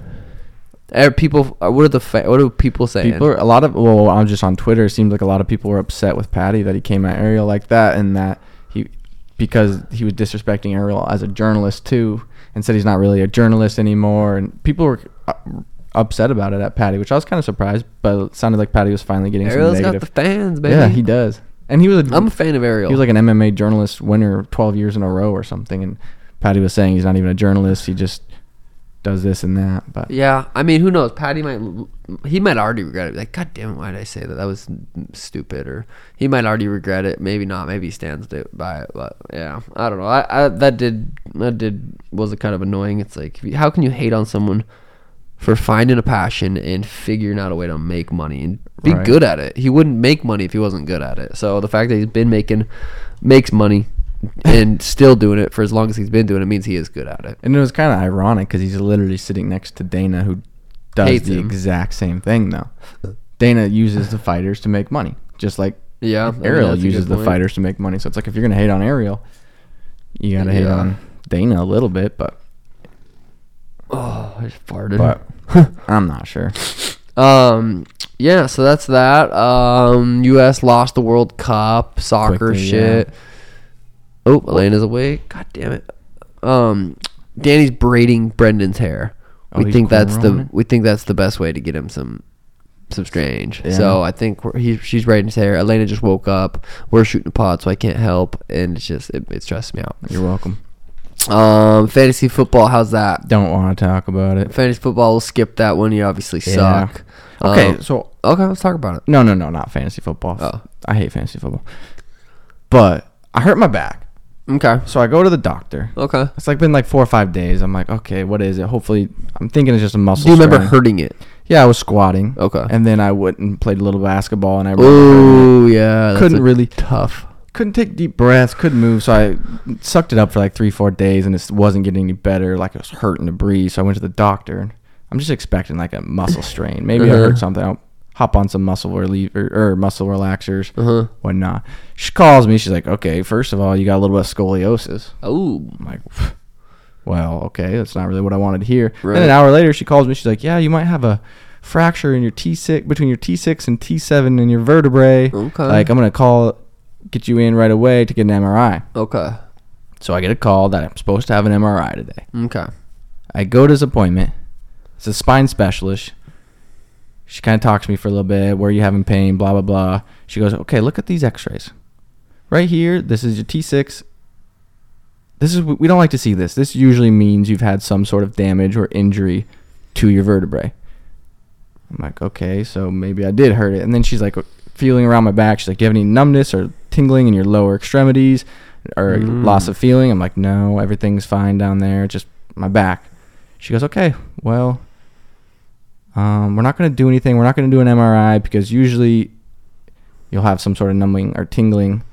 Speaker 1: Eh, People, uh, what are the fa- what are people saying?
Speaker 2: people are, a lot of well, I'm just on Twitter. It seems like a lot of people were upset with Patty that he came at Ariel like that, and that he because he was disrespecting Ariel as a journalist too, and said he's not really a journalist anymore. And people were uh, upset about it at Patty, which I was kind of surprised. But it sounded like Patty was finally getting
Speaker 1: Ariel's
Speaker 2: some
Speaker 1: got
Speaker 2: negative.
Speaker 1: the fans, baby.
Speaker 2: yeah, he does. And he was a
Speaker 1: I'm a fan of Ariel.
Speaker 2: He was like an MMA journalist winner 12 years in a row or something. And Patty was saying he's not even a journalist. He just does this and that. But
Speaker 1: yeah, I mean, who knows? Patty might he might already regret it. Like, God damn it, why did I say that? That was stupid. Or he might already regret it. Maybe not. Maybe he stands to- by it. But yeah, I don't know. I, I that did that did was kind of annoying. It's like, how can you hate on someone for finding a passion and figuring out a way to make money and be
Speaker 2: Right.
Speaker 1: good at it? He wouldn't make money if he wasn't good at it. So the fact that he's been making makes money and still doing it for as long as he's been doing it means he is good at it.
Speaker 2: and it was kind of ironic because he's literally sitting next to Dana, who does
Speaker 1: Hates
Speaker 2: the
Speaker 1: him.
Speaker 2: exact same thing, though. Dana uses the fighters to make money, just like
Speaker 1: Yeah, I mean,
Speaker 2: Ariel
Speaker 1: that's a
Speaker 2: uses
Speaker 1: good
Speaker 2: the
Speaker 1: point.
Speaker 2: fighters to make money. So it's like if you're going to hate on Ariel, you got to hate
Speaker 1: Yeah.
Speaker 2: on Dana a little bit, but.
Speaker 1: Oh, I just farted.
Speaker 2: But I'm not sure.
Speaker 1: Um, yeah, so that's that. Um, U.S. lost the World Cup, soccer
Speaker 2: Quickly,
Speaker 1: shit. Oh, Elena's awake. God damn it. Um, Danny's braiding Brendan's hair.
Speaker 2: Oh,
Speaker 1: we
Speaker 2: he's
Speaker 1: think that's
Speaker 2: growing
Speaker 1: the
Speaker 2: it?
Speaker 1: we think that's the best way to get him some some strange.
Speaker 2: Yeah.
Speaker 1: So I think we're, he, she's braiding his hair. Elena just woke up. We're shooting a pod, so I can't help, and it's just it, it stressed me out.
Speaker 2: You're welcome.
Speaker 1: Um, fantasy football, how's that?
Speaker 2: Don't want to talk about it.
Speaker 1: Fantasy football, we'll skip that one. You obviously
Speaker 2: Yeah.
Speaker 1: suck.
Speaker 2: Okay,
Speaker 1: Um,
Speaker 2: so
Speaker 1: okay, let's talk about it.
Speaker 2: No, no, no, not fantasy football.
Speaker 1: Oh.
Speaker 2: I hate fantasy football. But I hurt my back.
Speaker 1: Okay.
Speaker 2: So I go to the doctor.
Speaker 1: Okay.
Speaker 2: It's like been like four or five days. I'm like, okay, what is it? Hopefully, I'm thinking it's just a muscle.
Speaker 1: Do you remember Uh.
Speaker 2: strain.
Speaker 1: hurting it?
Speaker 2: Yeah, I was squatting.
Speaker 1: Okay.
Speaker 2: And then I went and played a little basketball, and I remember
Speaker 1: Oh yeah. that's
Speaker 2: couldn't
Speaker 1: a-
Speaker 2: really
Speaker 1: tough.
Speaker 2: couldn't take deep breaths, couldn't move. So I sucked it up for like three, four days, and it wasn't getting any better. Like it was hurting to breathe. So I went to the doctor. and I'm just expecting like a muscle strain. Maybe I
Speaker 1: Uh-huh.
Speaker 2: heard something. I'll hop on some muscle reliever or muscle relaxers,
Speaker 1: Uh huh.
Speaker 2: whatnot. She calls me. She's like, "Okay, first of all, you got a little bit of scoliosis."
Speaker 1: Oh.
Speaker 2: I'm like, "Well, okay, that's not really what I wanted to hear." Then
Speaker 1: Right.
Speaker 2: an hour later, she calls me. She's like, "Yeah, you might have a fracture in your T6 between your T6 and T7 in your vertebrae."
Speaker 1: Okay.
Speaker 2: Like, I'm gonna call, get you in right away to get an MRI.
Speaker 1: Okay.
Speaker 2: So I get a call that I'm supposed to have an MRI today.
Speaker 1: Okay.
Speaker 2: I go to this appointment. It's a spine specialist. She kind of talks to me for a little bit. Where are you having pain? Blah blah blah. She goes, okay, look at these X-rays. Right here, this is your T6. This is we don't like to see this. This usually means you've had some sort of damage or injury to your vertebrae. I'm like, okay, so maybe I did hurt it. And then she's like feeling around my back. She's like, do you have any numbness or tingling in your lower extremities or
Speaker 1: Mm.
Speaker 2: loss of feeling? I'm like, no, everything's fine down there, just my back. She goes, okay, well, um, we're not going to do anything. We're not going to do an MRI because usually you'll have some sort of numbing or tingling.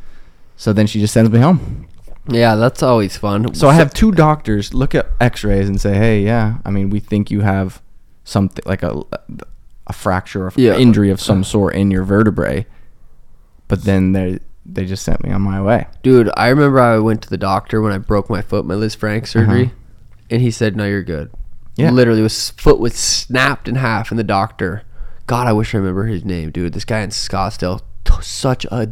Speaker 2: So then she just sends me home.
Speaker 1: Yeah, that's always fun.
Speaker 2: So I have two doctors look at X-rays and say, "Hey, yeah, I mean, we think you have something like a a fracture or
Speaker 1: Yeah.
Speaker 2: injury of some sort in your vertebrae." But then they they just sent me on my way.
Speaker 1: Dude, I remember I went to the doctor when I broke my foot, my Liz Frank surgery,
Speaker 2: Uh-huh.
Speaker 1: and he said, "No, you're good."
Speaker 2: Yeah.
Speaker 1: Literally, his foot was snapped in half, and the doctor, God, I wish I remember his name, dude. This guy in Scottsdale, t- such a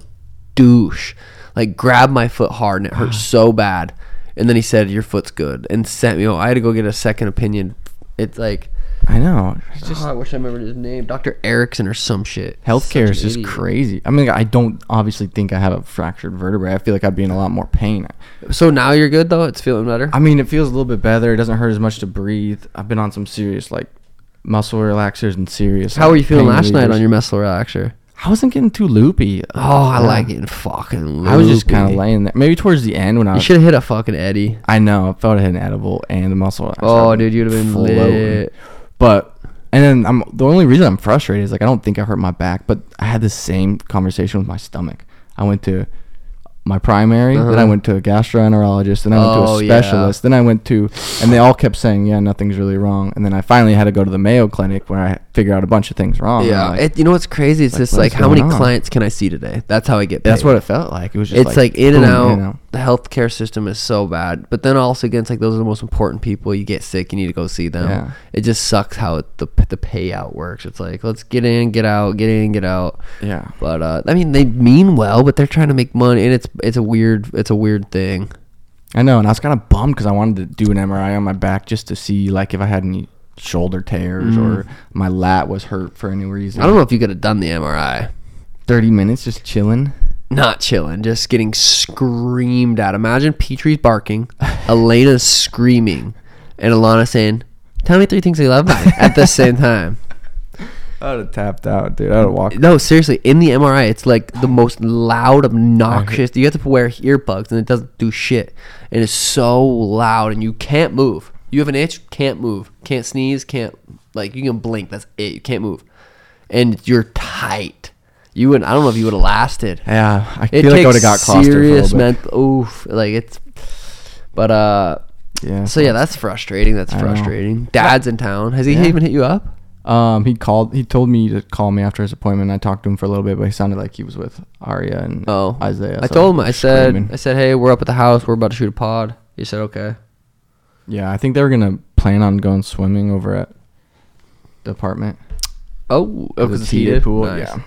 Speaker 1: douche. Like, grabbed my foot hard, and it hurt so bad. And then he said, "Your foot's good," and sent me. home. I had to go get a second opinion. It's like,
Speaker 2: I know. It's
Speaker 1: oh,
Speaker 2: just
Speaker 1: I wish I remembered his name, Doctor Erickson or some shit.
Speaker 2: healthcare
Speaker 1: Such
Speaker 2: is
Speaker 1: an
Speaker 2: just
Speaker 1: idiot.
Speaker 2: crazy. I mean, I don't obviously think I have a fractured vertebrae. I feel like I'd be in a lot more pain.
Speaker 1: So now you're good though. It's feeling better.
Speaker 2: I mean, it feels a little bit better. It doesn't hurt as much to breathe. I've been on some serious like muscle relaxers and serious.
Speaker 1: How were
Speaker 2: like,
Speaker 1: you feeling
Speaker 2: pain
Speaker 1: last night
Speaker 2: relievers.
Speaker 1: on your muscle relaxer?
Speaker 2: I wasn't getting too loopy.
Speaker 1: Oh, I
Speaker 2: Yeah.
Speaker 1: like it. Fucking. Loopy.
Speaker 2: I was just uh, kind of laying there. Maybe towards the end when I
Speaker 1: You
Speaker 2: was.
Speaker 1: should have hit a fucking Eddie.
Speaker 2: I know. I felt I had an edible and a muscle. I
Speaker 1: Oh,
Speaker 2: started
Speaker 1: dude, you'd have been
Speaker 2: floating.
Speaker 1: lit.
Speaker 2: But and then I'm the only reason I'm frustrated is like I don't think I hurt my back, but I had the same conversation with my stomach. I went to my primary, then I
Speaker 1: Uh-huh.
Speaker 2: went to a gastroenterologist, then I went
Speaker 1: Oh,
Speaker 2: to a
Speaker 1: yeah.
Speaker 2: specialist, then I went to, and they all kept saying, "Yeah, nothing's really wrong." And then I finally had to go to the Mayo Clinic where I figured out a bunch of things wrong. and I'm like,
Speaker 1: it, you know what's crazy? It's
Speaker 2: like,
Speaker 1: just
Speaker 2: what
Speaker 1: like
Speaker 2: is
Speaker 1: how many
Speaker 2: going on?
Speaker 1: clients can I see today? That's how I get. Paid.
Speaker 2: that's what it felt like. It was just
Speaker 1: it's like, in, and
Speaker 2: boom,
Speaker 1: out. The healthcare system is so bad, but then also again, it's like those are the most important people. You get sick, you need to go see them.
Speaker 2: Yeah.
Speaker 1: It just sucks how it, the the payout works. It's like let's get in, get out, get in, get out.
Speaker 2: Yeah.
Speaker 1: But uh, I mean, they mean well, but they're trying to make money, and it's it's a weird it's a weird thing.
Speaker 2: I know, and I was kind of bummed because I wanted to do an MRI on my back just to see like if I had any shoulder tears or my lat was hurt for any reason.
Speaker 1: Mm. I don't know if you could have done the MRI.
Speaker 2: Thirty minutes just chilling.
Speaker 1: not chilling, just getting screamed at. Imagine Petrie's barking, Elena screaming, and Alana saying, "Tell me three things you love about me," at the same time.
Speaker 2: I'd have tapped out, dude. I'd have walked.
Speaker 1: No, seriously, in the MRI, it's like the most loud, obnoxious. You have to wear earbuds, and it doesn't do shit. And it's so loud, and you can't move. You have an itch, can't move, can't sneeze, can't like you can blink. That's it. You can't move, and you're tight. You would. I don't know if you would have lasted.
Speaker 2: Yeah, I
Speaker 1: It
Speaker 2: feel like I
Speaker 1: takes
Speaker 2: would have got clustered for a
Speaker 1: serious
Speaker 2: little bit.
Speaker 1: mental. Oof, like it's. But uh,
Speaker 2: Yeah.
Speaker 1: so yeah, that's frustrating. That's
Speaker 2: know.
Speaker 1: frustrating. Dad's in town. Has he even hit you up?
Speaker 2: Um, he called. He told me to call me after his appointment. I talked to him for a little bit, but he sounded like he was with Arya and
Speaker 1: Oh,
Speaker 2: Isaiah.
Speaker 1: I
Speaker 2: so
Speaker 1: told him. I said,
Speaker 2: screaming.
Speaker 1: I said, hey, we're up at the house. We're about to shoot a pod. He said, okay.
Speaker 2: Yeah, I think they were gonna plan on going swimming over at the apartment.
Speaker 1: Oh,
Speaker 2: It
Speaker 1: oh,
Speaker 2: was
Speaker 1: because
Speaker 2: a
Speaker 1: it's heated.
Speaker 2: pool.
Speaker 1: Nice.
Speaker 2: Yeah.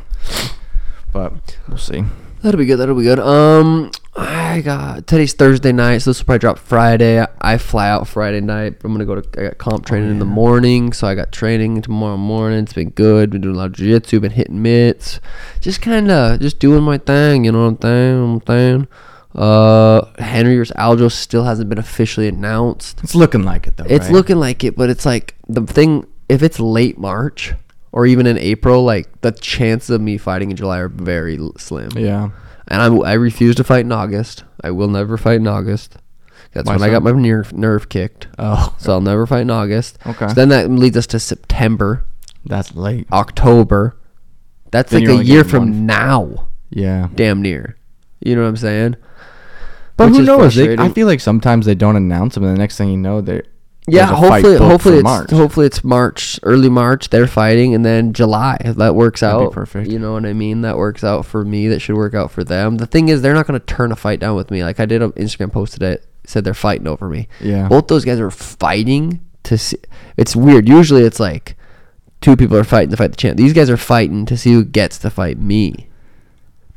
Speaker 2: But we'll see.
Speaker 1: that'll be good. That'll be good. Um, I got today's Thursday night, so this will probably drop Friday. I fly out Friday night. I'm gonna go to I got
Speaker 2: Oh,
Speaker 1: comp training in the morning, so I got training tomorrow morning. It's been good. Been doing a lot of jiu-jitsu. Been hitting mitts. Just kind of just doing my thing. You know what I'm saying? I'm saying. Uh, Henry versus Aljo still hasn't been officially announced.
Speaker 2: It's looking like it though.
Speaker 1: It's
Speaker 2: right?
Speaker 1: looking like it, but it's like the thing. If it's late March or even in April, like the chances of me fighting in July are very l- slim.
Speaker 2: Yeah.
Speaker 1: And I'm, I refuse to fight in August. I will never fight in August. That's
Speaker 2: Why
Speaker 1: when I
Speaker 2: so?
Speaker 1: got my nerve, nerve kicked.
Speaker 2: Oh,
Speaker 1: So I'll never fight in August.
Speaker 2: Okay.
Speaker 1: So then that leads us to September,
Speaker 2: that's late.
Speaker 1: October. That's
Speaker 2: Then
Speaker 1: like
Speaker 2: you're
Speaker 1: a
Speaker 2: only
Speaker 1: year
Speaker 2: getting
Speaker 1: from
Speaker 2: one.
Speaker 1: now,
Speaker 2: Yeah.
Speaker 1: damn near. You know what I'm saying?
Speaker 2: But
Speaker 1: Which
Speaker 2: who
Speaker 1: is
Speaker 2: knows? They, I
Speaker 1: frustrating.
Speaker 2: feel like sometimes they don't announce them, and the next thing you know, they
Speaker 1: Yeah,
Speaker 2: there's a fight
Speaker 1: hopefully,
Speaker 2: booked
Speaker 1: hopefully
Speaker 2: for
Speaker 1: it's
Speaker 2: March.
Speaker 1: hopefully it's March, early March. They're fighting, and then July if that works
Speaker 2: That'd be
Speaker 1: out.
Speaker 2: perfect.
Speaker 1: You know what I mean? That works out for me. That should work out for them. The thing is, they're not going to turn a fight down with me. Like I did an Instagram post today, it said they're fighting over me.
Speaker 2: Yeah.
Speaker 1: both those guys are fighting to see. It's weird. Usually, it's like two people are fighting to fight the champ. These guys are fighting to see who gets to fight me.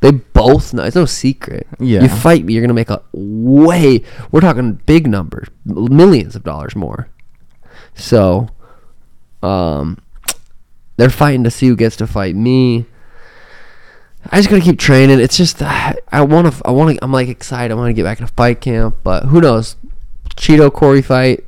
Speaker 1: They both know. It's no secret.
Speaker 2: Yeah.
Speaker 1: You fight me, you're gonna make a way. We're talking big numbers, millions of dollars more. So, Um, they're fighting to see who gets to fight me. I just gotta keep training. It's just uh, I want to. I want to. I'm like excited. I want to get back in a fight camp, but who knows? Cheeto Corey fight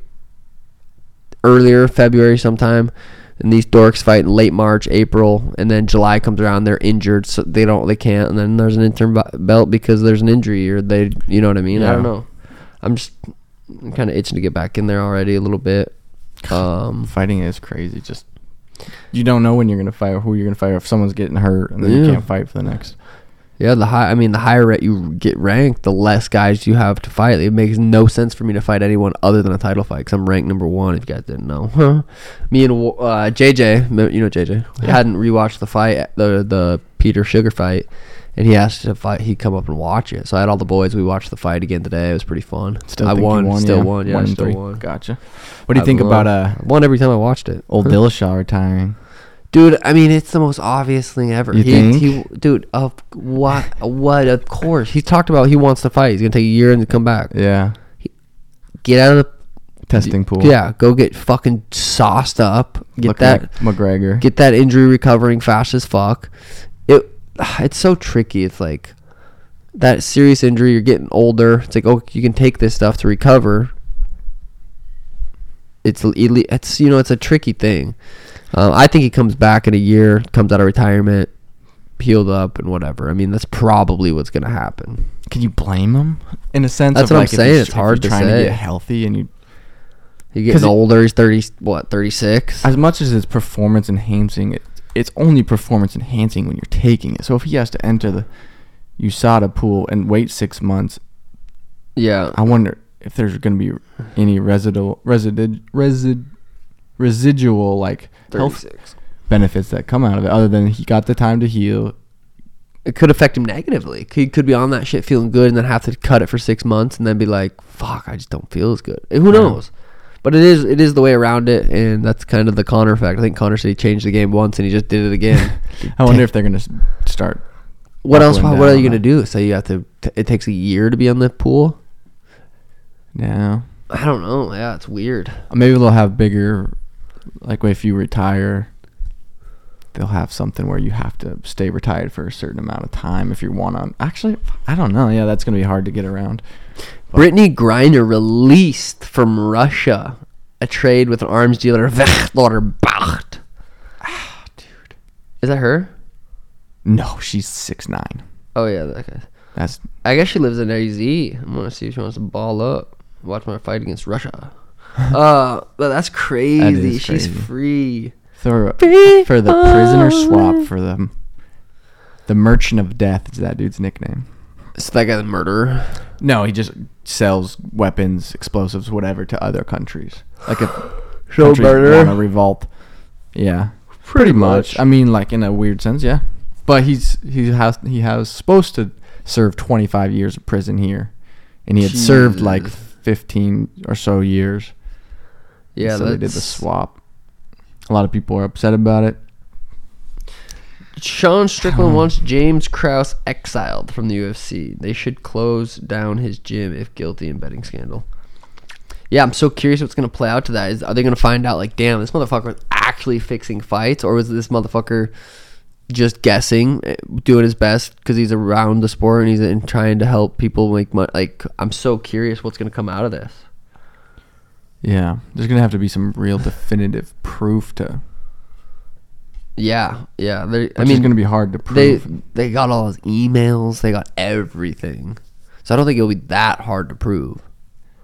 Speaker 1: earlier February sometime, and these dorks fight in late March, April, and then July comes around. They're injured, so they don't. They can't. And then there's an interim bu- belt because there's an injury, or they. You know what I mean? I
Speaker 2: Yeah.
Speaker 1: don't know. I'm just kind of itching to get back in there already a little bit. Um,
Speaker 2: Fighting is crazy. Just you don't know when you're gonna fight or who you're gonna fight or if someone's getting hurt and then you
Speaker 1: Yeah.
Speaker 2: can't fight for the next.
Speaker 1: Yeah, the high. I mean, the higher rate you get ranked, the less guys you have to fight. It makes no sense for me to fight anyone other than a title fight because I'm ranked number one. If you guys didn't know, huh? Me and Wa- uh, JJ, m- you know JJ, hadn't rewatched the fight, the the Peter Sugar fight, and he asked to fight. He'd come up and watch it. So I had all the boys. We watched the fight again today. It was pretty fun. I
Speaker 2: think you
Speaker 1: won, Still
Speaker 2: yeah.
Speaker 1: won. Yeah, I
Speaker 2: in
Speaker 1: still
Speaker 2: three.
Speaker 1: won.
Speaker 2: Gotcha. What do you
Speaker 1: I
Speaker 2: think
Speaker 1: won.
Speaker 2: about uh
Speaker 1: I won every time I watched it.
Speaker 2: old Dillashaw retiring?
Speaker 1: Dude, I mean, it's the most obvious thing ever.
Speaker 2: You
Speaker 1: he,
Speaker 2: think?
Speaker 1: he, dude, of what, what, of course. He talked about he wants to fight. He's gonna take a year and come back.
Speaker 2: Yeah.
Speaker 1: Get out of
Speaker 2: Testing pool.
Speaker 1: the, yeah, go get fucking sauced up. Get
Speaker 2: Look
Speaker 1: that,
Speaker 2: like McGregor.
Speaker 1: get that injury recovering fast as fuck. It, it's so tricky. It's like that serious injury. You're getting older. It's like oh, you can take this stuff to recover. It's l- ele- it's you know it's a tricky thing. Um, I think he comes back in a year, comes out of retirement, peeled up and whatever. I mean that's probably what's gonna happen.
Speaker 2: Can you blame him? In a sense,
Speaker 1: That's
Speaker 2: of
Speaker 1: what I'm
Speaker 2: like if
Speaker 1: saying,
Speaker 2: you're-
Speaker 1: it's
Speaker 2: if you're
Speaker 1: hard to
Speaker 2: trying to
Speaker 1: say.
Speaker 2: get healthy, and you,
Speaker 1: He's
Speaker 2: 'Cause
Speaker 1: getting
Speaker 2: he-
Speaker 1: older. He's thirty what thirty six.
Speaker 2: as much as it's performance enhancing, it, it's only performance enhancing when you're taking it. So if he has to enter the USADA pool and wait six months,
Speaker 1: Yeah,
Speaker 2: I wonder if there's going to be any residual, resid, resid, residual like
Speaker 1: thirty
Speaker 2: health
Speaker 1: six.
Speaker 2: benefits that come out of it, other than he got the time to heal.
Speaker 1: it could affect him negatively. He could be on that shit feeling good and then have to cut it for six months and then be like, "Fuck, I just don't feel as good." And who
Speaker 2: Yeah.
Speaker 1: knows? But it is it is the way around it, and that's kind of the Connor effect. I think Connor said he changed the game once and he just did it again.
Speaker 2: I wonder if they're going to start.
Speaker 1: what else?
Speaker 2: buckling
Speaker 1: What are
Speaker 2: down
Speaker 1: you
Speaker 2: on
Speaker 1: gonna
Speaker 2: that.
Speaker 1: do? So you have to. T- it takes a year to be on the pool.
Speaker 2: No,
Speaker 1: I don't know. Yeah, it's weird.
Speaker 2: maybe they'll have bigger, like if you retire, they'll have something where you have to stay retired for a certain amount of time if you want to. Actually, I don't know. Yeah, that's going to be hard to get around.
Speaker 1: Brittany Griner released from Russia a trade with an arms dealer Vechterbacht.
Speaker 2: dude.
Speaker 1: Is that her?
Speaker 2: No, she's six nine.
Speaker 1: Oh yeah, that guy.
Speaker 2: That's
Speaker 1: I guess she lives in AZ. I'm gonna see if she wants to ball up. Watch my fight against Russia. uh, but that's crazy.
Speaker 2: is
Speaker 1: She's
Speaker 2: crazy.
Speaker 1: free.
Speaker 2: for
Speaker 1: Free
Speaker 2: for the prisoner
Speaker 1: falling.
Speaker 2: swap for the the merchant of death is that dude's nickname.
Speaker 1: It's that guy the murderer.
Speaker 2: No, he just sells weapons, explosives, whatever to other countries. Like if
Speaker 1: Show
Speaker 2: countries want to revolt. Yeah,
Speaker 1: Pretty
Speaker 2: I mean, like in a weird sense, yeah. But he's he has he has supposed to serve 25 years of prison here, and he had served like 15 or so years.
Speaker 1: Yeah,
Speaker 2: so
Speaker 1: that's,
Speaker 2: they did the swap. A lot of people are upset about it.
Speaker 1: Sean
Speaker 2: Hmm.
Speaker 1: Strickland wants James Krause exiled from the UFC. They should close down his gym if guilty in betting scandal. Yeah, I'm so curious what's gonna play out to that. Is are they gonna find out like, damn, this motherfucker was actually fixing fights, or was this motherfucker just guessing, eh, doing his best because he's around the sport and he's in trying to help people make money? Like, I'm so curious what's gonna come out of this.
Speaker 2: Yeah, there's gonna have to be some real definitive proof to.
Speaker 1: Yeah, yeah. they- I
Speaker 2: Which
Speaker 1: mean,
Speaker 2: is gonna be hard to
Speaker 1: they
Speaker 2: prove.
Speaker 1: they got all his emails, they got everything. So I don't think it'll be that hard to prove.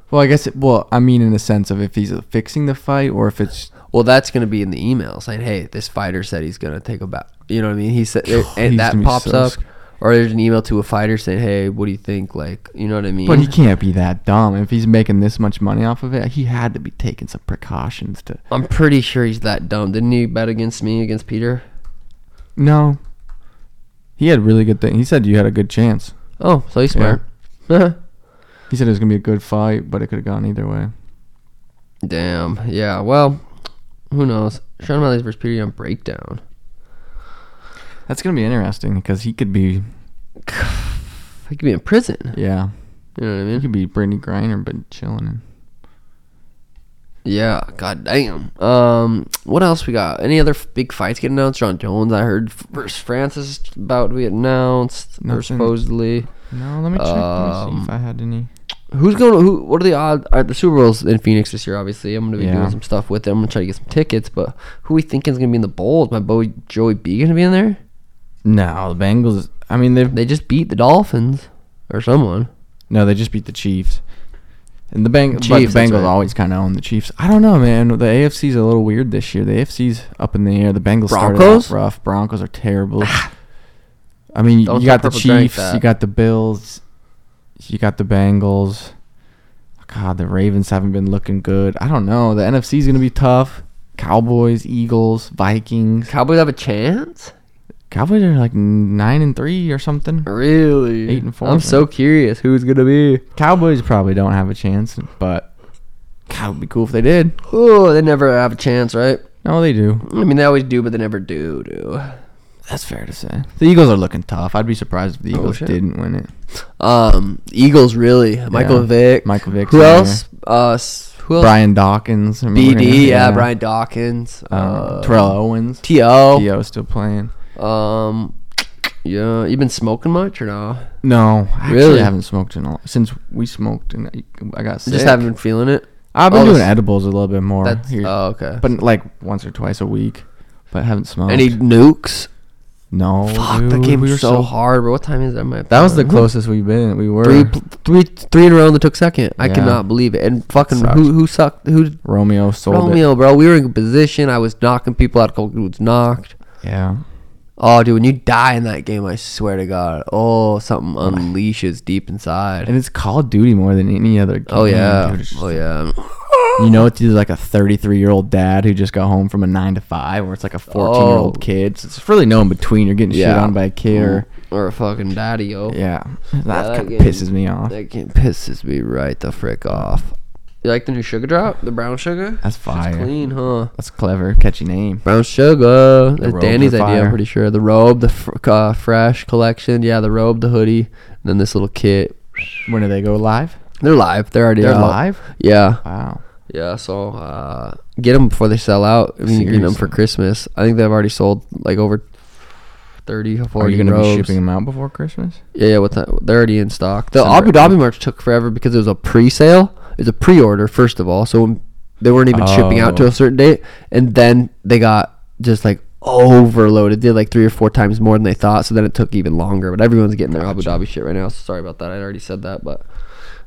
Speaker 2: well, I guess. It, well, I mean, in the sense of if he's fixing the fight or if it's
Speaker 1: Well, that's going to be in the email saying, "Hey, this fighter said he's going to take a bow." You know what I mean? He said,
Speaker 2: Oh, he's
Speaker 1: and that
Speaker 2: gonna be
Speaker 1: pops
Speaker 2: so
Speaker 1: up,
Speaker 2: sc-
Speaker 1: or there's an email to a fighter saying, "Hey, what do you think?" Like, you know what I mean?
Speaker 2: But he can't be that dumb. If he's making this much money off of it, he had to be taking some precautions to.
Speaker 1: I'm pretty sure he's that dumb. Didn't he bet against me against Peter?
Speaker 2: No. He had really good thing. He said you had a good chance.
Speaker 1: Oh, so he's smart.
Speaker 2: He said it was gonna be a good fight, but it could have gone either way.
Speaker 1: Damn. Yeah. Well, who knows? Sean O'Malley's versus Peter Young breakdown.
Speaker 2: That's gonna be interesting because he could be,
Speaker 1: He could be in prison.
Speaker 2: yeah,
Speaker 1: You know what I
Speaker 2: he
Speaker 1: mean?
Speaker 2: could be Brittany Griner, but chilling.
Speaker 1: Yeah, god damn. Um, what else we got? Any other f- big fights getting announced? John Jones, I heard versus Francis is about to be announced, or
Speaker 2: Nothing.
Speaker 1: supposedly.
Speaker 2: No, let me check. Let me see
Speaker 1: Um,
Speaker 2: if I had any.
Speaker 1: Who's going? to Who? What are the odds? Are the Super Bowls in Phoenix this year? Obviously, I'm gonna be
Speaker 2: Yeah.
Speaker 1: doing some stuff with it. I'm gonna try to get some tickets. But who we thinking is gonna be in the bowl? Is my boy Joey B gonna be in there?
Speaker 2: No, the Bengals. I mean, they've
Speaker 1: They just beat the Dolphins or someone.
Speaker 2: No, they just beat the Chiefs. And the Bang
Speaker 1: Chiefs,
Speaker 2: but the
Speaker 1: that's
Speaker 2: Bengals
Speaker 1: right.
Speaker 2: always kind of own the Chiefs. I don't know, man. The AFC's a little weird this year. The AFC's up in the air. The Bengals started out
Speaker 1: Broncos?
Speaker 2: rough. Broncos are terrible. I mean,
Speaker 1: Don't
Speaker 2: you got the
Speaker 1: purple drink
Speaker 2: Chiefs,
Speaker 1: that.
Speaker 2: you got the Bills, you got the Bengals. God, the Ravens haven't been looking good. I don't know. The NFC's gonna be tough. Cowboys, Eagles, Vikings.
Speaker 1: Cowboys have a chance.
Speaker 2: Cowboys are like nine and three or something.
Speaker 1: Really?
Speaker 2: Eight and four,
Speaker 1: I'm
Speaker 2: man.
Speaker 1: so curious who's gonna be.
Speaker 2: Cowboys probably don't have a chance, but God, it'd be cool if they did.
Speaker 1: Oh, they never have a chance, right?
Speaker 2: No, they do.
Speaker 1: I mean, they always do, but they never do. Do.
Speaker 2: That's fair to say. The Eagles are looking tough. I'd be surprised if the
Speaker 1: Oh,
Speaker 2: Eagles
Speaker 1: shit.
Speaker 2: didn't win it.
Speaker 1: Um, Eagles really. Michael
Speaker 2: Yeah.
Speaker 1: Vick.
Speaker 2: Michael Vick's
Speaker 1: Who
Speaker 2: in
Speaker 1: else? Uh, s- who else?
Speaker 2: Brian Dawkins, I mean, we're
Speaker 1: BD.
Speaker 2: gonna-
Speaker 1: yeah, Brian Dawkins.
Speaker 2: Um,
Speaker 1: uh,
Speaker 2: Terrell Owens,
Speaker 1: To.
Speaker 2: T.O. still playing.
Speaker 1: Um, yeah. You been smoking much or no?
Speaker 2: No, I actually
Speaker 1: Really?
Speaker 2: haven't smoked in a since we smoked and I- I got sick.
Speaker 1: Just haven't been feeling it.
Speaker 2: I've been
Speaker 1: oh,
Speaker 2: doing
Speaker 1: that's-
Speaker 2: edibles a little bit more
Speaker 1: That's
Speaker 2: here,
Speaker 1: oh okay.
Speaker 2: but like once or twice a week. But haven't smoked.
Speaker 1: Any nukes?
Speaker 2: no,
Speaker 1: Fuck,
Speaker 2: Oh, dude,
Speaker 1: that game
Speaker 2: we were
Speaker 1: so hard. Bro, what time is that? My
Speaker 2: That was the closest we've been. We were
Speaker 1: Three, pl- three, three in a row that took second. I
Speaker 2: Yeah.
Speaker 1: cannot believe it. And fucking
Speaker 2: Sucks.
Speaker 1: who who sucked? Who
Speaker 2: Romeo sold it.
Speaker 1: Romeo, bro? We were in a position. I was knocking people out. A couple dudes knocked.
Speaker 2: Yeah,
Speaker 1: Oh, dude, when you die in that game, I swear to God, oh, something unleashes deep inside.
Speaker 2: and it's Call of Duty more than any other. Game,
Speaker 1: Oh yeah,
Speaker 2: dude. It's just
Speaker 1: oh yeah.
Speaker 2: You know, it's either like a 33 year old dad who just got home from a nine to five, or it's like a 14 year old
Speaker 1: Oh.
Speaker 2: kid. So it's really no in between. You're getting shit
Speaker 1: Yeah.
Speaker 2: on by a kid, or
Speaker 1: Or a fucking daddy, yo.
Speaker 2: yeah, that
Speaker 1: that
Speaker 2: kind
Speaker 1: game-
Speaker 2: of pisses me off.
Speaker 1: That game pisses me right the frick off. You like the new sugar drop, the brown sugar?
Speaker 2: That's
Speaker 1: It's
Speaker 2: fire.
Speaker 1: clean, huh?
Speaker 2: That's clever, catchy name.
Speaker 1: Brown sugar. That's
Speaker 2: robes
Speaker 1: Danny's
Speaker 2: are
Speaker 1: idea, I'm
Speaker 2: fire.
Speaker 1: pretty sure. The robe, the fr- uh, fresh collection. Yeah, the robe, the hoodie, and then this little kit.
Speaker 2: When do they go live?
Speaker 1: They're live. They're already
Speaker 2: They're
Speaker 1: out.
Speaker 2: live.
Speaker 1: Yeah.
Speaker 2: Wow.
Speaker 1: Yeah, so uh, get them before they sell out. If you can get them for
Speaker 2: Seriously.
Speaker 1: Christmas, I think they've already sold like over 30 or 40
Speaker 2: Are you gonna
Speaker 1: robes.
Speaker 2: be shipping them out before Christmas?
Speaker 1: Yeah, yeah, what the, they're already in stock. The
Speaker 2: Send
Speaker 1: Abu
Speaker 2: it right
Speaker 1: Dhabi merch took forever because it was a pre-sale. It was a pre-order first of all, so when they weren't even shipping out to
Speaker 2: Oh.
Speaker 1: a certain date, and then they got just like overloaded. They did like three or four times more than they thought, so then it took even longer. But everyone's getting their Abu Dhabi shit right now. So sorry about that. I already said that, but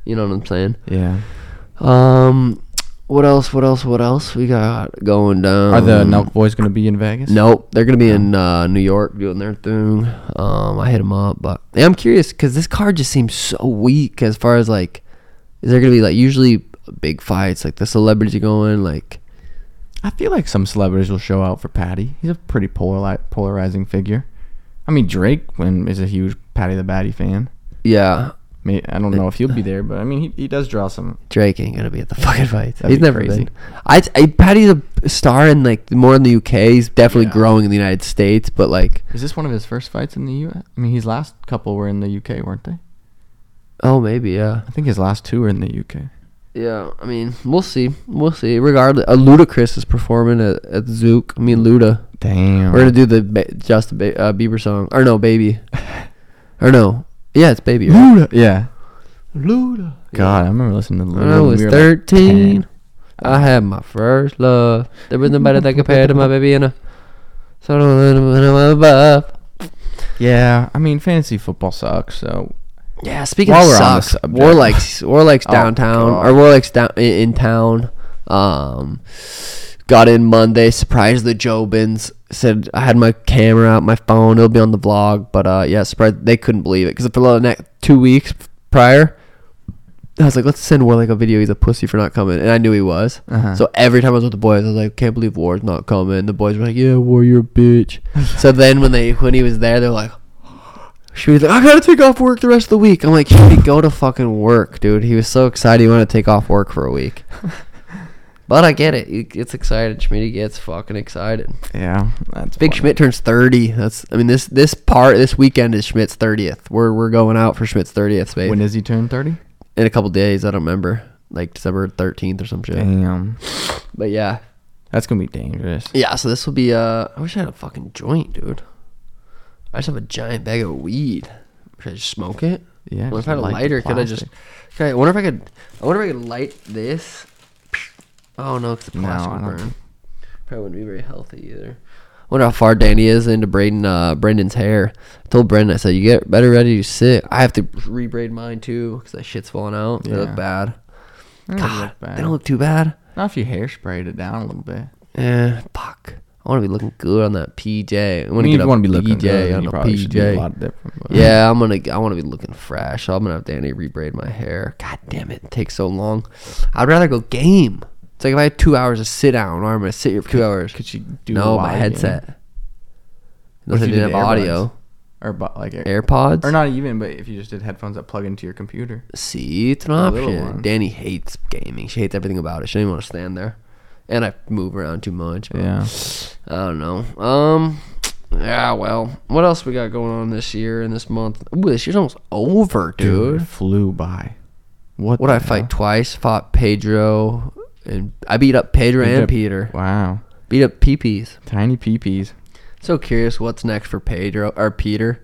Speaker 1: you know what I'm saying.
Speaker 2: Yeah.
Speaker 1: Um, what else? What else? What else we got going down?
Speaker 2: Are the Nelk Boys gonna be in Vegas?
Speaker 1: Nope, they're gonna be in uh, New York doing their thing. Um, I hit them up, but yeah, I'm curious because this card just seems so weak as far as like, is there gonna be like usually big fights like the celebrities going like
Speaker 2: I feel like some celebrities will show out for Patty. He's a pretty polari- polarizing figure. I mean, Drake when is a huge Patty the Batty fan.
Speaker 1: yeah
Speaker 2: May I don't know if he'll be there, but I mean, he, he does draw some.
Speaker 1: Drake ain't gonna be at the fucking fights.
Speaker 2: That'd
Speaker 1: he's
Speaker 2: be
Speaker 1: never
Speaker 2: crazy.
Speaker 1: been. I, I Patty's a star in like more in the UK. He's definitely
Speaker 2: Yeah.
Speaker 1: growing in the United States, but like
Speaker 2: Is this one of his first fights in the U.S.? I mean, his last couple were in the U.K., weren't they?
Speaker 1: oh maybe yeah.
Speaker 2: I think his last two were in the U.K.
Speaker 1: Yeah, I mean, we'll see. We'll see. Regardless, uh, Ludacris is performing at, at Zook. I mean, Luda.
Speaker 2: Damn.
Speaker 1: We're gonna do the ba- Justin ba- uh, Bieber song, or no, Baby, or no, yeah, it's Baby. Right?
Speaker 2: Luda. Yeah.
Speaker 1: Luda.
Speaker 2: God, I remember listening to Luda.
Speaker 1: When I
Speaker 2: when
Speaker 1: was
Speaker 2: we were, like,
Speaker 1: thirteen,
Speaker 2: 10.
Speaker 1: I had my first love. There was nobody that compared to my baby and a. So I don't know when I'm above.
Speaker 2: yeah. I mean, fantasy football sucks. So
Speaker 1: Yeah, speaking
Speaker 2: While
Speaker 1: of
Speaker 2: we're on the
Speaker 1: sucks,
Speaker 2: subject.
Speaker 1: Warlikes, Warlikes
Speaker 2: Oh,
Speaker 1: downtown
Speaker 2: God.
Speaker 1: or Warlikes down in, in town. Um, got in Monday, surprised the Jobins. Said I had my camera out, my phone. It'll be on the vlog, but uh, yeah, surprised they couldn't believe it because for the next two weeks prior, I was like, let's send Warlike a video. He's a pussy for not coming, and I knew he was.
Speaker 2: uh-huh.
Speaker 1: So every time I was with the boys, I was like, "Can't believe War's not coming." The boys were like, "Yeah, War, you're a bitch." so then when they when he was there, they're like, "She was like, I gotta take off work the rest of the week." I'm like, "You need to go to fucking work, dude." He was so excited he wanted to take off work for a week. but I get it. He gets excited. Schmidt gets fucking excited.
Speaker 2: yeah, that's
Speaker 1: Big
Speaker 2: funny.
Speaker 1: Schmidt turns 30. That's I mean this this part this weekend is Schmidt's 30th. We're we're going out for Schmidt's 30th, babe.
Speaker 2: When does he turn thirty?
Speaker 1: In a couple days, I don't remember. like December 13th or some shit.
Speaker 2: Damn.
Speaker 1: But yeah,
Speaker 2: That's gonna be dangerous.
Speaker 1: yeah. So this will be. Uh, I wish I had a fucking joint, dude. I just have a giant bag of weed. Should I just smoke it?
Speaker 2: Yeah.
Speaker 1: Well, if
Speaker 2: just
Speaker 1: I had a
Speaker 2: light the
Speaker 1: lighter, could I just?
Speaker 2: plastic.
Speaker 1: Could I, I wonder if I could. I wonder if I could light this. Oh no, 'cause the
Speaker 2: No,
Speaker 1: plastic
Speaker 2: I
Speaker 1: would
Speaker 2: don't
Speaker 1: burn. Probably wouldn't be very healthy either. Wonder how far Danny is into braiding uh, Brendan's hair. I told Brendan, I said, "You get better ready to sit." I have to rebraid mine too because that shit's falling out. They
Speaker 2: Yeah.
Speaker 1: look bad.
Speaker 2: They don't
Speaker 1: God,
Speaker 2: look bad.
Speaker 1: they don't look too bad.
Speaker 2: Not if you hairsprayed it down a little bit.
Speaker 1: Eh, fuck. I want to be looking good on that PJ. I
Speaker 2: I
Speaker 1: want
Speaker 2: mean,
Speaker 1: to
Speaker 2: if
Speaker 1: get
Speaker 2: you
Speaker 1: a
Speaker 2: want to be looking
Speaker 1: PJ
Speaker 2: good, then
Speaker 1: on
Speaker 2: you
Speaker 1: a
Speaker 2: probably should do
Speaker 1: PJ.
Speaker 2: a lot different. but-
Speaker 1: Yeah, I'm gonna. I want to be looking fresh. So I'm gonna have Danny rebraid my hair. God damn it, it takes so long. I'd rather go game. It's like if I had two hours to sit down, or I'm gonna sit here for two hours.
Speaker 2: Could you do a
Speaker 1: no, my
Speaker 2: live
Speaker 1: headset.
Speaker 2: game?
Speaker 1: Unless
Speaker 2: if
Speaker 1: I
Speaker 2: you
Speaker 1: didn't
Speaker 2: did
Speaker 1: have audio.
Speaker 2: or bu- like air,
Speaker 1: AirPods.
Speaker 2: or not even. But if you just did headphones that plug into your computer,
Speaker 1: See, it's an
Speaker 2: A little
Speaker 1: option.
Speaker 2: one.
Speaker 1: Danny hates gaming. She hates everything about it. She doesn't want to stand there. And I move around too much. but
Speaker 2: Yeah.
Speaker 1: I don't know. Um. Yeah. Well, what else we got going on this year and this month? Ooh, this year's almost over, dude.
Speaker 2: it flew by. What?
Speaker 1: What
Speaker 2: the
Speaker 1: I fight
Speaker 2: hell?
Speaker 1: twice, fought Pedro, and I beat up Pedro
Speaker 2: Beat
Speaker 1: and
Speaker 2: up-
Speaker 1: Peter.
Speaker 2: Wow,
Speaker 1: Beat up Peepees.
Speaker 2: tiny peepees.
Speaker 1: So curious, what's next for Pedro or Peter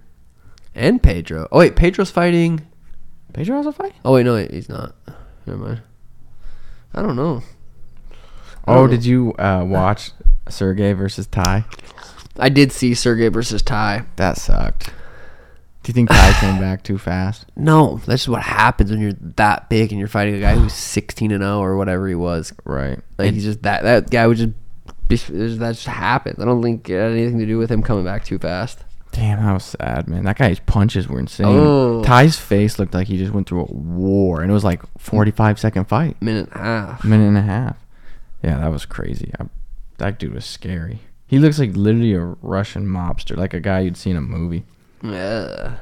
Speaker 1: and Pedro? Oh wait, Pedro's fighting.
Speaker 2: Pedro has a fight.
Speaker 1: Oh wait, no, wait, he's not. Never mind. I don't know. I
Speaker 2: Oh,
Speaker 1: don't know.
Speaker 2: did you uh, watch Sergey versus Ty?
Speaker 1: I did see Sergey versus Ty.
Speaker 2: That sucked. Do you think Ty came back too fast?
Speaker 1: No, that's just what happens when you're that big and you're fighting a guy who's 16 and 0 or whatever he was.
Speaker 2: Right.
Speaker 1: Like he's just that that guy would just that just happens. I don't think it had anything to do with him coming back too fast.
Speaker 2: Damn, how sad, man. That guy's punches were insane.
Speaker 1: Oh.
Speaker 2: Ty's face looked like he just went through a war, and it was like 45 second fight,
Speaker 1: Minute and a half.
Speaker 2: minute and a half. Yeah, that was crazy. I, that dude was scary. He looks like literally a Russian mobster, like a guy you'd see in a movie.
Speaker 1: Yeah.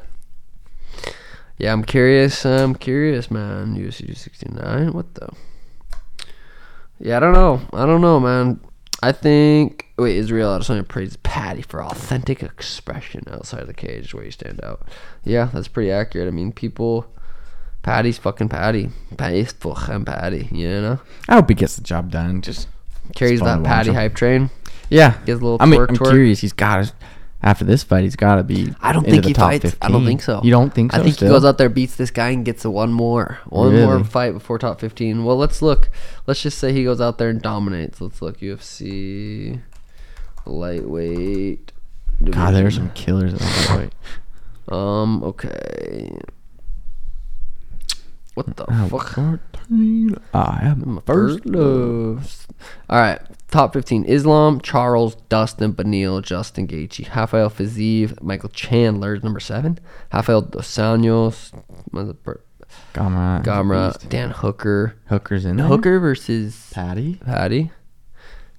Speaker 1: Yeah, I'm curious. I'm curious, man. USC 269. What the? Yeah, I don't know. I don't know, man. I think. Wait, Israel Adesanya praised Patty for authentic expression outside the cage, is where you stand out. Yeah, that's pretty accurate. I mean, people. Patty's fucking Patty. Patty's fucking Patty, you know?
Speaker 2: I hope he gets the job done. Just
Speaker 1: Carries
Speaker 2: fun
Speaker 1: that
Speaker 2: to watch
Speaker 1: Patty
Speaker 2: him.
Speaker 1: hype train.
Speaker 2: yeah.
Speaker 1: Gives a little
Speaker 2: I mean,
Speaker 1: twerk,
Speaker 2: I'm
Speaker 1: twerk.
Speaker 2: curious. He's got to after this fight. He's got to be.
Speaker 1: I don't
Speaker 2: into
Speaker 1: think
Speaker 2: the
Speaker 1: he
Speaker 2: top
Speaker 1: fights. I don't
Speaker 2: 15.
Speaker 1: think so.
Speaker 2: You don't think so?
Speaker 1: I think
Speaker 2: still?
Speaker 1: he goes out there, beats this guy, and gets a one more, one more
Speaker 2: Really?
Speaker 1: fight before top fifteen. Well, let's look. Let's just say he goes out there and dominates. Let's look UFC lightweight.
Speaker 2: God, there are
Speaker 1: division.
Speaker 2: some killers. At that fight.
Speaker 1: Um. Okay. What the
Speaker 2: Oh,
Speaker 1: fuck?
Speaker 2: fourteen. Ah, I am
Speaker 1: My First loves. All right, top 15: Islam, Charles, Dustin, Benil, Justin Gaethje, Rafael Fiziev, Michael Chandler is number seven, Rafael Dos Anjos,
Speaker 2: Gamera.
Speaker 1: Gamra,
Speaker 2: Beast.
Speaker 1: Dan Hooker,
Speaker 2: Hooker's in there.
Speaker 1: Hooker versus
Speaker 2: Patty.
Speaker 1: Patty.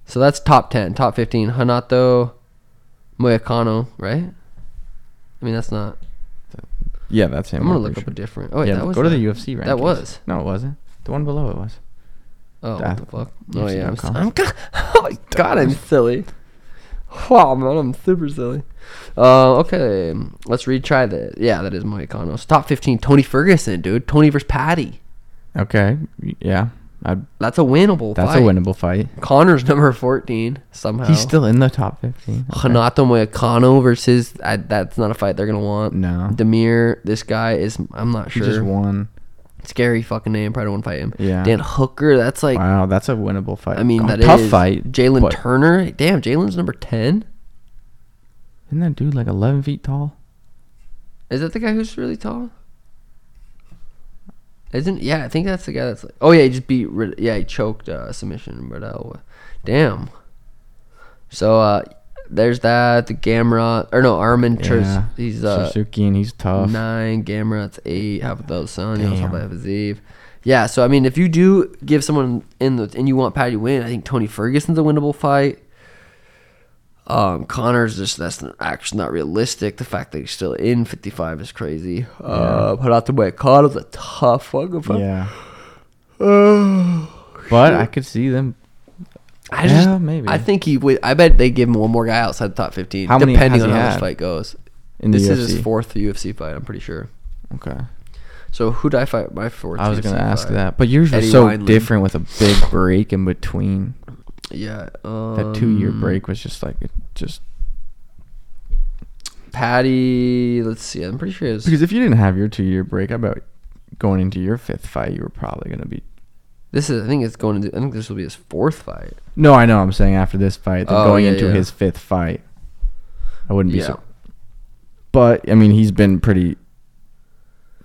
Speaker 1: So that's top 10, top 15. Hanato, Moyakano, right? I mean, that's not.
Speaker 2: Yeah, that's him.
Speaker 1: I'm gonna
Speaker 2: I'm
Speaker 1: look up
Speaker 2: pretty
Speaker 1: a different. Oh wait,
Speaker 2: yeah,
Speaker 1: that was
Speaker 2: go to
Speaker 1: that.
Speaker 2: the UFC right
Speaker 1: That was.
Speaker 2: No, it wasn't. The one below it was.
Speaker 1: Oh, what
Speaker 2: That-
Speaker 1: the fuck? Oh
Speaker 2: UFC
Speaker 1: yeah, I'm,
Speaker 2: dot com.
Speaker 1: I'm kind oh my god, I'm silly. Wow, man, I'm super silly. Uh, okay, let's retry that. Yeah, that is Moicano's top 15. Tony Ferguson, dude. Tony versus Patty.
Speaker 2: Okay. y- Yeah. I'd,
Speaker 1: That's a winnable
Speaker 2: that's
Speaker 1: fight.
Speaker 2: a winnable fight.
Speaker 1: Connor's number 14 somehow.
Speaker 2: He's still in the top 15. Okay.
Speaker 1: Hanato Moicano versus. I, that's not a fight they're gonna want.
Speaker 2: No.
Speaker 1: Demir, this guy is. I'm not
Speaker 2: He just
Speaker 1: sure.
Speaker 2: won.
Speaker 1: Scary fucking name. Probably won't fight him.
Speaker 2: Yeah.
Speaker 1: Dan Hooker. That's like.
Speaker 2: wow, that's a winnable fight.
Speaker 1: I mean,
Speaker 2: A
Speaker 1: that
Speaker 2: tough
Speaker 1: is-
Speaker 2: fight.
Speaker 1: Jalen
Speaker 2: but-
Speaker 1: Turner. Damn, Jalen's number 10.
Speaker 2: Isn't that dude like 11 feet tall?
Speaker 1: Is that the guy who's really tall? Isn't yeah? I think that's the guy that's like. Oh yeah, he just beat. Rid- Yeah, he choked uh, submission, but uh, damn. So uh, there's that the Gamrot or no Armin Trez.
Speaker 2: Yeah.
Speaker 1: He's uh
Speaker 2: Suzuki and he's tough.
Speaker 1: nine. Gamrot's eight. How about those son? You know, how
Speaker 2: Damn.
Speaker 1: about Eve? Yeah. So I mean, if you do give someone in the and you want Patty to win, I think Tony Ferguson's a winnable fight. Um, Connor's just that's not, actually not realistic. The fact that he's still in 55 is crazy. Uh, put out the way Connor's a tough fucking fight.
Speaker 2: Yeah.
Speaker 1: Oh,
Speaker 2: But
Speaker 1: shoot.
Speaker 2: I could see them.
Speaker 1: I just
Speaker 2: Yeah, maybe.
Speaker 1: I think he would. I bet they give him one more guy outside the top 15,
Speaker 2: How many
Speaker 1: depending
Speaker 2: has
Speaker 1: on
Speaker 2: he
Speaker 1: how this
Speaker 2: had
Speaker 1: fight goes.
Speaker 2: in
Speaker 1: this
Speaker 2: the
Speaker 1: is his
Speaker 2: UFC?
Speaker 1: fourth UFC fight. I'm pretty sure.
Speaker 2: Okay.
Speaker 1: So who did I fight my fourth?
Speaker 2: I was
Speaker 1: UFC
Speaker 2: gonna ask
Speaker 1: fight?
Speaker 2: that, but yours are
Speaker 1: Eddie
Speaker 2: so
Speaker 1: Wineland.
Speaker 2: different with a big break in between.
Speaker 1: Yeah, um,
Speaker 2: That two-year break was just like it just
Speaker 1: Patty, let's see. I'm pretty sure it was
Speaker 2: because if you didn't have your two-year break, I bet going into your fifth fight, you were probably gonna be.
Speaker 1: this is. I think it's going to. I think this will be his fourth fight.
Speaker 2: No, I know. I'm saying after this fight, they're
Speaker 1: Oh,
Speaker 2: going
Speaker 1: yeah,
Speaker 2: into
Speaker 1: yeah.
Speaker 2: his fifth fight. I wouldn't be
Speaker 1: Yeah.
Speaker 2: so. But I mean, he's been pretty.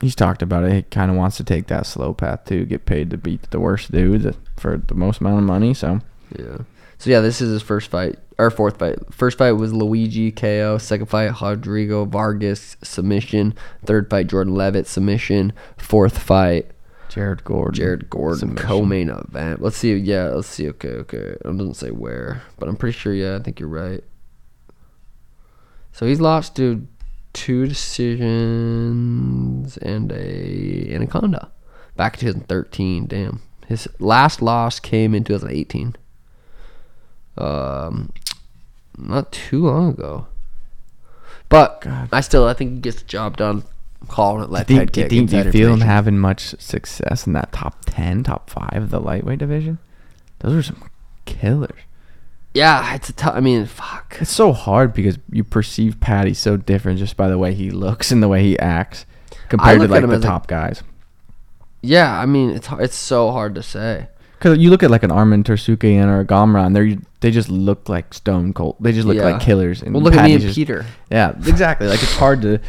Speaker 2: He's talked about it. He kind of wants to take that slow path to get paid to beat the worst dude for the most amount of money. So
Speaker 1: Yeah. So yeah, this is his first fight or fourth fight. First fight was Luigi KO. Second fight Rodrigo Vargas submission. Third fight Jordan Levitt submission. Fourth fight
Speaker 2: Jared Gordon.
Speaker 1: Jared Gordon
Speaker 2: Submission.
Speaker 1: co-main event. Let's see. Yeah, let's see. Okay, okay. It doesn't say where, but I'm pretty sure. Yeah, I think you're right. So he's lost to two decisions and a anaconda back in 2013. Damn, his last loss came in 2018. Um, not too long ago. But
Speaker 2: God.
Speaker 1: I still, I think he gets the job done. Calling it
Speaker 2: I
Speaker 1: left head
Speaker 2: think, do you
Speaker 1: kick.
Speaker 2: think do
Speaker 1: inside
Speaker 2: you feel him
Speaker 1: information.
Speaker 2: having much success in that top ten, top five of the lightweight division? Those are some killers.
Speaker 1: Yeah, it's a tough. I mean, fuck.
Speaker 2: It's so hard because you perceive Patty so different just by the way he looks and the way he acts compared to
Speaker 1: look at
Speaker 2: like
Speaker 1: him
Speaker 2: the
Speaker 1: as a-
Speaker 2: top guys.
Speaker 1: Yeah, I mean, it's har- it's so hard to say.
Speaker 2: Because you look at like an Armin Tersukian or a Gamron, they they just look like stone cold. They just look
Speaker 1: Yeah.
Speaker 2: like killers.
Speaker 1: Well, look at me
Speaker 2: Patty's
Speaker 1: and
Speaker 2: just-
Speaker 1: Peter.
Speaker 2: Yeah, exactly. Like it's hard to.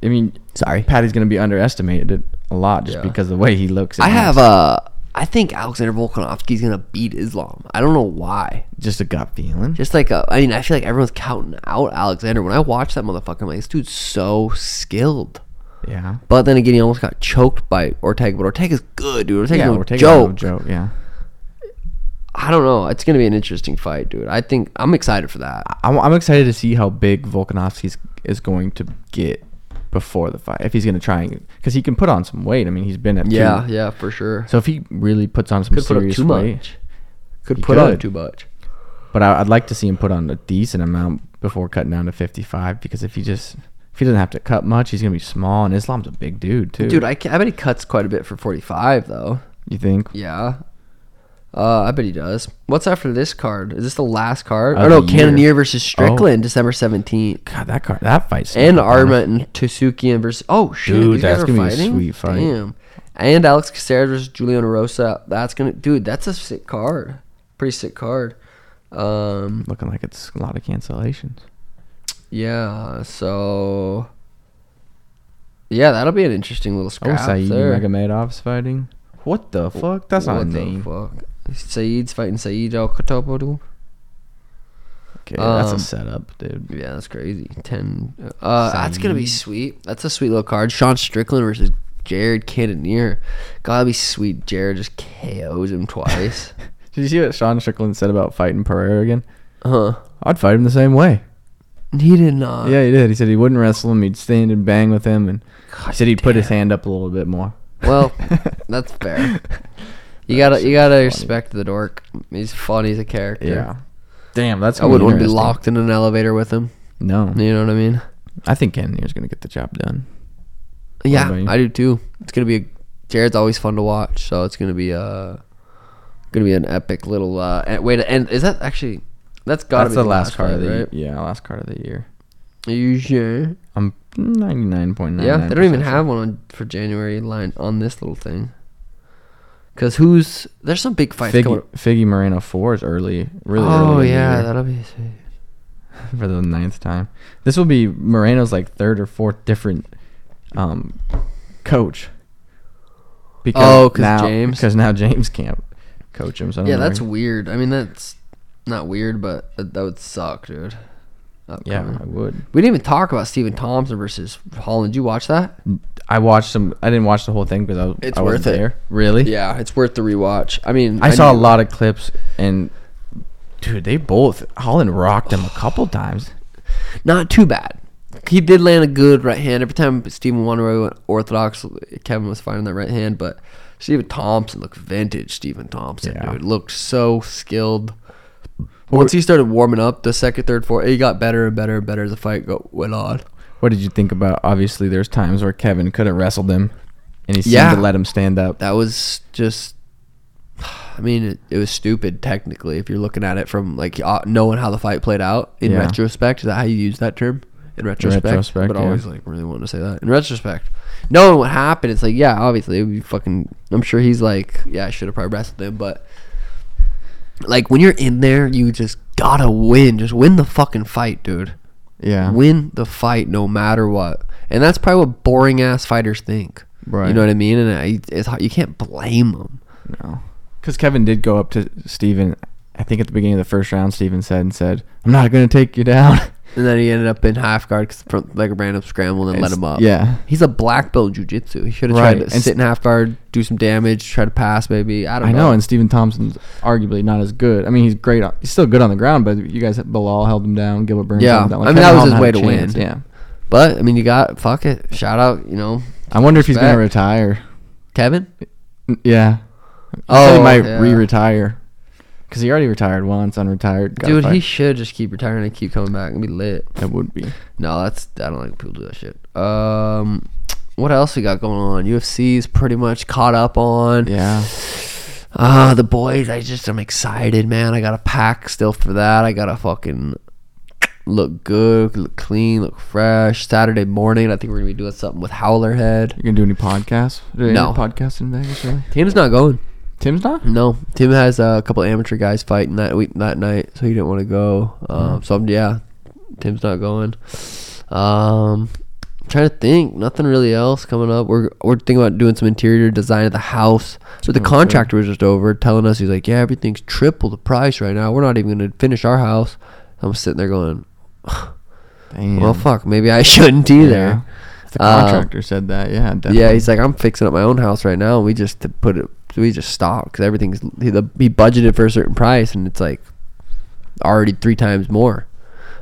Speaker 2: I mean,
Speaker 1: Sorry.
Speaker 2: Patty's gonna be underestimated a lot just
Speaker 1: Yeah.
Speaker 2: because of the way he looks. and
Speaker 1: I have
Speaker 2: acts.
Speaker 1: uh, I think Alexander Volkanovski's gonna beat Islam. I don't know why.
Speaker 2: just a gut feeling.
Speaker 1: Just like uh, I mean, I feel like everyone's counting out Alexander. When I watch that motherfucker, I'm like, this dude's so skilled.
Speaker 2: yeah.
Speaker 1: But then again, he almost got choked by Ortega. But Ortega's good, dude. Ortega's
Speaker 2: yeah,
Speaker 1: no
Speaker 2: we're taking
Speaker 1: joke.
Speaker 2: no joke. Yeah.
Speaker 1: I don't know. It's gonna be an interesting fight, dude. I think I'm excited for that.
Speaker 2: I'm, I'm excited to see how big Volkanovski is going to get before the fight. If he's going to try and because he can put on some weight. I mean, he's been at
Speaker 1: Yeah,
Speaker 2: two.
Speaker 1: yeah, for sure.
Speaker 2: So if he really puts on some
Speaker 1: Could put up
Speaker 2: serious
Speaker 1: too
Speaker 2: weight,
Speaker 1: much. Could
Speaker 2: He
Speaker 1: put on
Speaker 2: could.
Speaker 1: too much.
Speaker 2: but I, I'd like to see him put on a decent amount before cutting down to 55 because if he just if he doesn't have to cut much, he's going to be small. And Islam's a big dude too.
Speaker 1: Dude, I, ca- I bet he cuts quite a bit for 45, though.
Speaker 2: you think?
Speaker 1: Yeah. Uh, I bet he does. What's after this card? Is this the last card?
Speaker 2: Of
Speaker 1: oh, no.
Speaker 2: the year.
Speaker 1: Cannoneer versus Strickland, December 17th.
Speaker 2: God, that car, that fight's
Speaker 1: And Arma and Tsukian versus. Oh, shit.
Speaker 2: Dude,
Speaker 1: these guys
Speaker 2: that's
Speaker 1: are
Speaker 2: gonna be a
Speaker 1: fighting?
Speaker 2: sweet fight.
Speaker 1: Damn. And Alex Caceres versus Julian Rosa. That's going to. Dude, that's a sick card. Pretty sick card. Um,
Speaker 2: looking like it's a lot of cancellations.
Speaker 1: yeah. So. Yeah, that'll be an interesting little
Speaker 2: Oh,
Speaker 1: scrap
Speaker 2: Saeed
Speaker 1: there.
Speaker 2: Megamedov's fighting. What the fuck? That's not a
Speaker 1: What the
Speaker 2: name.
Speaker 1: Fuck. Saeed's fighting Saeed Al Kotopodou.
Speaker 2: Okay, that's
Speaker 1: Um,
Speaker 2: a setup, dude.
Speaker 1: Yeah, that's crazy. Ten. Uh, that's gonna be
Speaker 2: Saeed.
Speaker 1: sweet. That's a sweet little card. Sean Strickland versus Jared Cannonier. Gotta be sweet. Jared just KOs him twice.
Speaker 2: Did you see what Sean Strickland said about fighting Pereira again?
Speaker 1: huh?
Speaker 2: I'd fight him the same way.
Speaker 1: He did not.
Speaker 2: yeah, he did. He said he wouldn't wrestle him. He'd stand and bang with him, and he
Speaker 1: God
Speaker 2: said he'd put his hand up a little bit more.
Speaker 1: Well, that's fair. You gotta, you gotta respect the dork. He's funny. He's a character.
Speaker 2: Yeah. Damn, that's.
Speaker 1: I
Speaker 2: gonna
Speaker 1: wouldn't want to be
Speaker 2: interesting.
Speaker 1: locked in an elevator with him.
Speaker 2: No,
Speaker 1: You know what I mean?
Speaker 2: I think Cannonier's gonna get the job done.
Speaker 1: Yeah,
Speaker 2: about you?
Speaker 1: I do too. It's gonna be a, Jared's always fun to watch, so it's gonna be uh gonna be an epic little uh eh, way to end. Is that actually that's gotta
Speaker 2: that's
Speaker 1: be
Speaker 2: the last card of
Speaker 1: fight,
Speaker 2: the
Speaker 1: right?
Speaker 2: yeah last card of the year.
Speaker 1: Are you sure?
Speaker 2: I'm ninety nine point nine.
Speaker 1: Yeah, they don't even have one on, for January line on this little thing. Cause who's there's some big fights going.
Speaker 2: Figgy, Figgy Moreno four is early, really early.
Speaker 1: oh
Speaker 2: in the
Speaker 1: yeah,
Speaker 2: year.
Speaker 1: that'll be sweet.
Speaker 2: for the ninth time. This will be Moreno's like third or fourth different um, coach.
Speaker 1: Oh, 'cause
Speaker 2: now,
Speaker 1: James?
Speaker 2: Because now James can't coach him. So I don't
Speaker 1: Yeah,
Speaker 2: know
Speaker 1: that's
Speaker 2: where
Speaker 1: weird. I mean, that's not weird, but that, that would suck, dude.
Speaker 2: he- yeah,
Speaker 1: Upcoming.
Speaker 2: I would.
Speaker 1: We didn't even talk about Stephen Thompson versus Holland. Did you watch that?
Speaker 2: I watched some. I didn't watch the whole thing because I was.
Speaker 1: It's
Speaker 2: I wasn't
Speaker 1: worth it.
Speaker 2: There. Really?
Speaker 1: Yeah, it's worth the rewatch. I mean,
Speaker 2: I, saw a
Speaker 1: knew-
Speaker 2: lot of clips and. Dude, they both Holland rocked him a couple times.
Speaker 1: Not too bad. He did land a good right hand every time Stephen Wonroy went orthodox. Kevin was finding that right hand, but Stephen Thompson looked vintage. Stephen Thompson,
Speaker 2: Yeah.
Speaker 1: dude, looked so skilled. Once he started warming up, the second, third, fourth, he got better and better and better as the fight go, went on.
Speaker 2: What did you think about? Obviously, there's times where Kevin could have wrestled him. and he seemed
Speaker 1: Yeah.
Speaker 2: to let him stand up.
Speaker 1: That was just. I mean, it, it was stupid technically if you're looking at it from like uh, knowing how the fight played out in
Speaker 2: Yeah.
Speaker 1: retrospect. Is that how you use that term? In retrospect,
Speaker 2: retrospect,
Speaker 1: but
Speaker 2: yeah.
Speaker 1: always like really wanting to say that. In retrospect, knowing what happened, it's like yeah, obviously it would be fucking. I'm sure he's like, yeah, I should have probably wrestled him, but like when you're in there, you just gotta win. Just win the fucking fight, dude.
Speaker 2: Yeah,
Speaker 1: Win the fight no matter what, and that's probably what boring ass fighters think.
Speaker 2: right.
Speaker 1: You know what I mean? And I, it's hard, you can't blame them.
Speaker 2: No. Because Kevin did go up to Steven, I think at the beginning of the first round, Steven said and said, I'm not going to take you down.
Speaker 1: And then he ended up in half guard because front leg random scramble and then let
Speaker 2: It's-
Speaker 1: him up.
Speaker 2: Yeah.
Speaker 1: He's a black belt in jujitsu. He should have
Speaker 2: Right,
Speaker 1: tried to
Speaker 2: and
Speaker 1: sit in half guard, do some damage, try to pass maybe. I don't
Speaker 2: I know.
Speaker 1: know.
Speaker 2: And Steven Thompson's arguably not as good. I mean, he's great. On, he's still good on the ground, but you guys, Bilal held him down. Gilbert Burns.
Speaker 1: Yeah,
Speaker 2: Held him down.
Speaker 1: I mean, that
Speaker 2: Kevin
Speaker 1: was his
Speaker 2: Holland
Speaker 1: way
Speaker 2: had a
Speaker 1: to win.
Speaker 2: chance, Yeah.
Speaker 1: but I mean, you got fuck it. Shout out, you know,
Speaker 2: I wonder if he's going
Speaker 1: Back.
Speaker 2: to retire.
Speaker 1: Kevin.
Speaker 2: N- Yeah. Oh, he
Speaker 1: Oh,
Speaker 2: might
Speaker 1: yeah.
Speaker 2: re retire. Because he already retired once, unretired. got
Speaker 1: Dude, he
Speaker 2: fired.
Speaker 1: should just keep retiring and keep coming back and be lit.
Speaker 2: That would be.
Speaker 1: No, that's I don't like when people do that shit. Um, what else we got going on? UFC's pretty much caught up on.
Speaker 2: Yeah.
Speaker 1: Ah, the boys. I just I'm excited, man. I got a pack still for that. I gotta fucking look good, look clean, look fresh. Saturday morning, I think we're gonna be doing something with Howler Head.
Speaker 2: You going to do any podcasts? Do any
Speaker 1: No.
Speaker 2: podcasts in Vegas, really?
Speaker 1: Tim's not going.
Speaker 2: Tim's not?
Speaker 1: No, Tim has uh, a couple amateur guys fighting that week that night, so he didn't want to go. Um, so I'm, yeah, Tim's not going. Um, trying to think, nothing really else coming up. We're we're thinking about doing some interior design of the house. But the contractor was just over telling us he's like, yeah, everything's triple the price right now. We're not even going to finish our house. I'm sitting there going,
Speaker 2: Damn.
Speaker 1: Mm. well, fuck, maybe I shouldn't either.
Speaker 2: Yeah. If The
Speaker 1: Um,
Speaker 2: contractor said that. Yeah, definitely.
Speaker 1: Yeah, he's like, I'm fixing up my own house right now, and we just to put it, we just stopped because everything's he, the, he budgeted for a certain price, and it's like already three times more.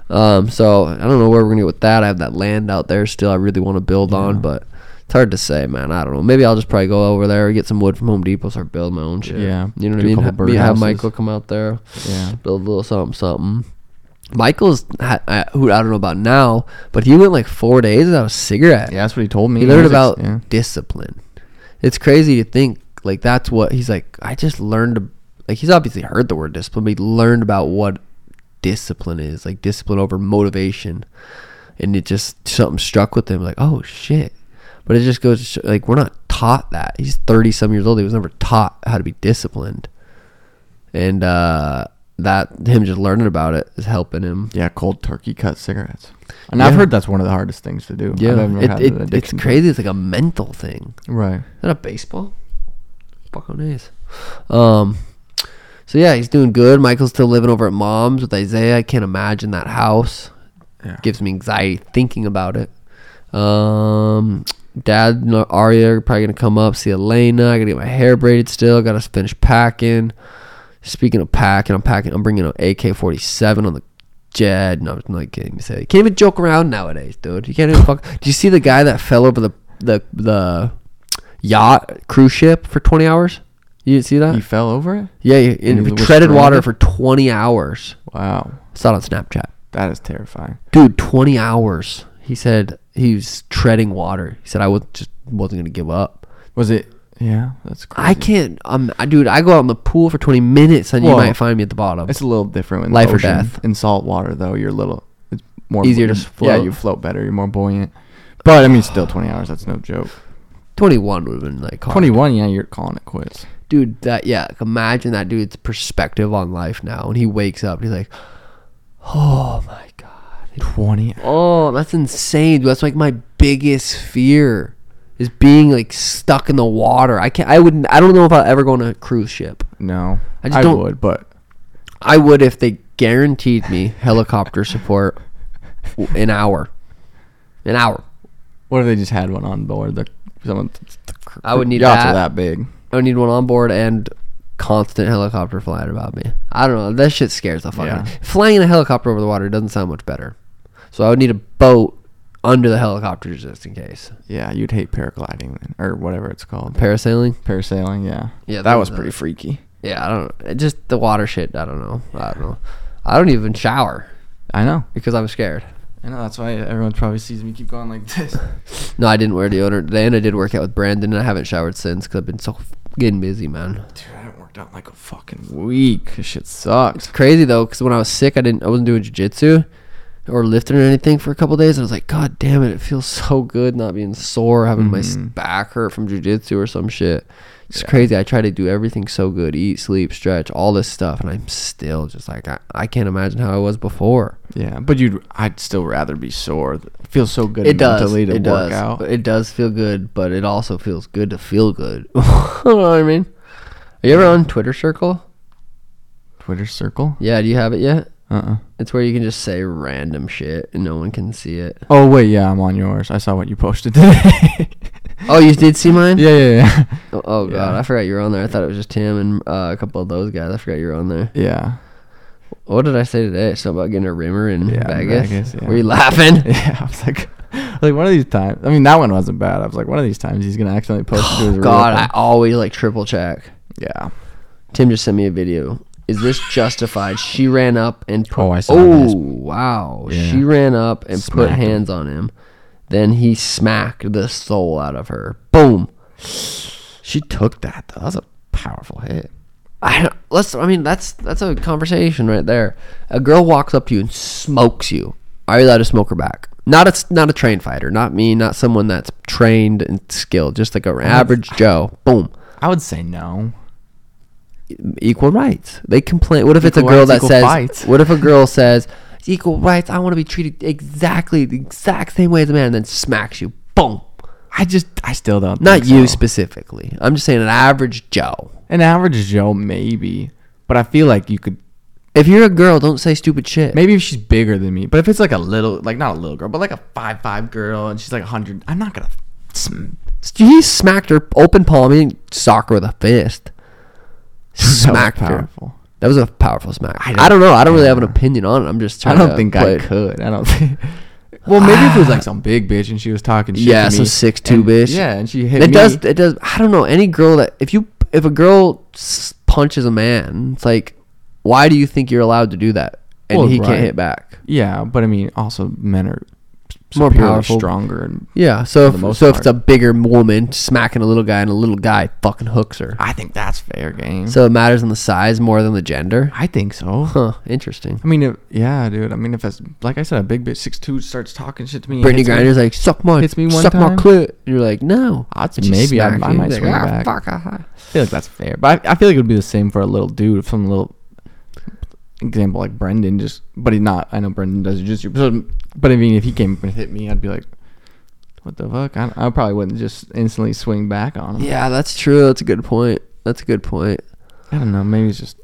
Speaker 1: Um, so I don't know where we're gonna go with that. I have that land out there still. I really want to build on, but it's hard to say, man. I don't know. Maybe I'll just probably go over there, get some wood from Home Depot, start building my own shit.
Speaker 2: Yeah,
Speaker 1: you know what
Speaker 2: do a
Speaker 1: I
Speaker 2: couple
Speaker 1: mean. Me have
Speaker 2: birdhouses.
Speaker 1: Michael come out there
Speaker 2: yeah.
Speaker 1: build a little something something. Michael's ha- I, who I don't know about now, but he went like four days without a cigarette.
Speaker 2: Yeah, that's what he told me.
Speaker 1: He
Speaker 2: I
Speaker 1: learned
Speaker 2: was ex-
Speaker 1: about
Speaker 2: yeah.
Speaker 1: discipline. It's crazy to think like that's what he's like. I just learned like he's obviously heard the word discipline, but he learned about what discipline is like discipline over motivation, and it just something struck with him like oh shit. But it just goes to show, like we're not taught that. He's thirty some years old. He was never taught how to be disciplined, and uh, that him just learning about it is helping him.
Speaker 2: Yeah, cold turkey cut cigarettes. And I've
Speaker 1: Yeah.
Speaker 2: heard that's one of the hardest things to do. I've
Speaker 1: Yeah,
Speaker 2: never had
Speaker 1: it,
Speaker 2: an
Speaker 1: it, it's
Speaker 2: addiction to it.
Speaker 1: crazy. It's like a mental thing.
Speaker 2: Right.
Speaker 1: Is that a baseball? Fucking is. Um. So yeah, he's doing good. Michael's still living over at mom's with Isaiah. I can't imagine that house.
Speaker 2: Yeah.
Speaker 1: Gives me anxiety thinking about it. Um. Dad and Aria are probably gonna come up see Elena. I gotta get my hair braided still. Gotta finish packing. Speaking of packing, I'm packing. I'm bringing an AK-47 on the jet. No, I'm not kidding. To say you can't even joke around nowadays, dude. You can't even fuck. Do you see the guy that fell over the the the yacht cruise ship for 20 hours? You didn't see that?
Speaker 2: He fell over it?
Speaker 1: yeah, yeah, and
Speaker 2: he was
Speaker 1: treaded water
Speaker 2: stranded?
Speaker 1: for 20 hours.
Speaker 2: Wow.
Speaker 1: Saw it on Snapchat,
Speaker 2: That is terrifying.
Speaker 1: dude. 20 hours. He said he was treading water. He said I was just wasn't gonna give up.
Speaker 2: Was it? Yeah, that's crazy.
Speaker 1: I can't. Um, I- dude, I go out in the pool for 20 minutes, and you
Speaker 2: Well,
Speaker 1: might find me at the bottom.
Speaker 2: It's a little different in the
Speaker 1: Life or
Speaker 2: ocean.
Speaker 1: death.
Speaker 2: In salt water, though, you're a little. It's more
Speaker 1: Easier to
Speaker 2: buoyant.
Speaker 1: s-
Speaker 2: Yeah,
Speaker 1: float.
Speaker 2: you float better. You're more buoyant. But I mean, still 20 hours. That's no joke.
Speaker 1: 21 would have been like hard.
Speaker 2: 21. Yeah, you're calling it quits.
Speaker 1: dude that yeah like, imagine that dude's perspective on life now and he wakes up and he's like oh my god
Speaker 2: 20.
Speaker 1: oh that's insane dude. that's like my biggest fear is being like stuck in the water i can't i wouldn't i don't know if i'll ever go on a cruise ship
Speaker 2: No,
Speaker 1: I
Speaker 2: I,
Speaker 1: just don't-
Speaker 2: would, but
Speaker 1: i would if they guaranteed me helicopter support w- an hour an hour
Speaker 2: what if they just had one on board? The someone.
Speaker 1: I would need
Speaker 2: yachts
Speaker 1: that.
Speaker 2: are that big.
Speaker 1: i need one on board and constant helicopter flying about me i don't know that shit scares the fuck out of me
Speaker 2: Yeah.
Speaker 1: flying in a helicopter over the water doesn't sound much better so i would need a boat under the helicopter just in case
Speaker 2: Yeah, you'd hate paragliding then, or whatever it's called.
Speaker 1: parasailing
Speaker 2: Parasailing, yeah.
Speaker 1: Yeah,
Speaker 2: that
Speaker 1: that
Speaker 2: was
Speaker 1: was
Speaker 2: pretty
Speaker 1: a-
Speaker 2: freaky.
Speaker 1: yeah i don't know just the water shit i don't know i don't know i don't even shower
Speaker 2: I know.
Speaker 1: because i'm scared
Speaker 3: I know that's why everyone probably sees me keep going like this.
Speaker 1: No, I didn't wear deodorant today, and I did work out with Brandon, and I haven't showered since because I've been so fucking busy, man.
Speaker 3: Dude, I haven't worked out in like a fucking.
Speaker 2: Weak. This shit
Speaker 1: It's
Speaker 2: sucks.
Speaker 1: crazy though, because when I was sick, I didn't, I wasn't doing jujitsu or lifting or anything for a couple days, and I was like, God damn it, it feels so good not being sore, having my s-
Speaker 2: Mhm.
Speaker 1: back hurt from jujitsu or some shit. It's crazy. I try to do everything so good, eat, sleep, stretch, all this stuff, and I'm still just like, I, I can't imagine how I was before.
Speaker 2: Yeah, but you'd. I'd still rather be sore. It feels so good
Speaker 1: it does.
Speaker 2: mentally to
Speaker 1: it
Speaker 2: work
Speaker 1: does.
Speaker 2: out.
Speaker 1: It does feel good, but it also feels good to feel good. you know what I mean? Are you ever on Twitter Circle?
Speaker 2: Twitter circle.
Speaker 1: Yeah, do you have it yet?
Speaker 2: Uh. uh
Speaker 1: It's where you can just say random shit and no one can see it.
Speaker 2: Oh wait, yeah, I'm on yours. I saw what you posted today.
Speaker 1: Oh, you did see mine?
Speaker 2: yeah, yeah, yeah.
Speaker 1: Oh, oh, god,
Speaker 2: Yeah.
Speaker 1: I forgot you were on there. I thought it was just him and uh, a couple of those guys. I forgot you were on there.
Speaker 2: Yeah.
Speaker 1: What did I say today? Something about getting a rimmer in
Speaker 2: Yeah,
Speaker 1: Vegas.
Speaker 2: Vegas, yeah.
Speaker 1: Were you laughing?
Speaker 2: Yeah, I was like, like one of these times. I mean, that one wasn't bad. I was like, one of these times he's gonna accidentally post it to his
Speaker 1: Oh,
Speaker 2: real
Speaker 1: god,
Speaker 2: thing.
Speaker 1: I always like triple check.
Speaker 2: yeah.
Speaker 1: Tim just sent me a video. Is this justified? She ran up and put.
Speaker 2: Oh, I saw
Speaker 1: Oh,
Speaker 2: this.
Speaker 1: wow.
Speaker 2: Yeah.
Speaker 1: She ran up and put
Speaker 2: Smacked him.
Speaker 1: hands on him. Then he smacked the soul out of her. Boom.
Speaker 2: She took that. Though. That was a powerful hit.
Speaker 1: I don't, let's. I mean, that's that's a conversation right there. A girl walks up to you and smokes you. Are you allowed to smoke her back? Not a s- not a trained fighter, not me, not someone that's trained and skilled, just like an average Joe. Boom,
Speaker 2: I would say no.
Speaker 1: equal rights. They complain. What if it's a
Speaker 2: Equal
Speaker 1: girl
Speaker 2: rights,
Speaker 1: that
Speaker 2: equal
Speaker 1: says?
Speaker 2: fights.
Speaker 1: What if a girl says equal rights? I want to be treated exactly the exact same way as a man, and then smacks you. Boom.
Speaker 2: I just, I still don't.
Speaker 1: Not
Speaker 2: think
Speaker 1: you
Speaker 2: so.
Speaker 1: specifically. I'm just saying an average Joe.
Speaker 2: An average Joe, maybe. But I feel like you could.
Speaker 1: If you're a girl, don't say stupid shit.
Speaker 2: Maybe if she's bigger than me, but if it's like a little, like not a little girl, but like a five five girl, and she's like hundred, I'm not gonna. Sm-
Speaker 1: He smacked her open palm. He didn't sock her with a fist. Smacked her.
Speaker 2: powerful.
Speaker 1: That was a powerful smack. I
Speaker 2: I
Speaker 1: don't,
Speaker 2: don't-
Speaker 1: know. I don't really have an opinion on it. I'm just
Speaker 2: I
Speaker 1: trying.
Speaker 2: don't
Speaker 1: to
Speaker 2: think
Speaker 1: play
Speaker 2: I
Speaker 1: it.
Speaker 2: could. I don't think. Well, maybe if it was like some big bitch and she was talking shit.
Speaker 1: Yeah,
Speaker 2: to
Speaker 1: some
Speaker 2: me,
Speaker 1: six two
Speaker 2: and-
Speaker 1: bitch.
Speaker 2: Yeah, and she hit
Speaker 1: It
Speaker 2: me.
Speaker 1: does. It does. I don't know any girl that if you if a girl s- punches a man, it's like, why do you think you're allowed to do that? And
Speaker 2: Well,
Speaker 1: he
Speaker 2: right.
Speaker 1: can't hit back.
Speaker 2: Yeah, but I mean, also men are
Speaker 1: More
Speaker 2: more
Speaker 1: powerful.
Speaker 2: powerful, stronger, and
Speaker 1: Yeah. So
Speaker 2: For the
Speaker 1: if,
Speaker 2: most
Speaker 1: so if it's a
Speaker 2: part.
Speaker 1: bigger woman smacking a little guy and a little guy fucking hooks her.
Speaker 2: I think that's fair game.
Speaker 1: So it matters on the size more than the gender.
Speaker 2: I think so.
Speaker 1: Huh. Interesting.
Speaker 2: I mean, if, yeah, dude. I mean, if that's like I said, a big bitch six two starts talking shit to me. and
Speaker 1: Brittany
Speaker 2: hits me-
Speaker 1: Griner's like, suck my,
Speaker 2: hits me one
Speaker 1: suck my
Speaker 2: time.
Speaker 1: clit. And you're like, no.
Speaker 2: I'd
Speaker 1: And she
Speaker 2: maybe I, I
Speaker 1: smacks you.
Speaker 2: might
Speaker 1: You're
Speaker 2: swing
Speaker 1: like, "Ah,
Speaker 2: back.
Speaker 1: fuck, ah, ah."
Speaker 2: I feel like that's fair, but I, I feel like it would be the same for a little dude. If some little example like Brendan just, but he's not. I know Brendan does jiu-jitsu, but, but I mean, if he came up and hit me, I'd be like, "What the fuck?" I, I probably wouldn't just instantly swing back on him.
Speaker 1: Yeah, that's true. That's a good point. That's a good point.
Speaker 2: I don't know. Maybe it's just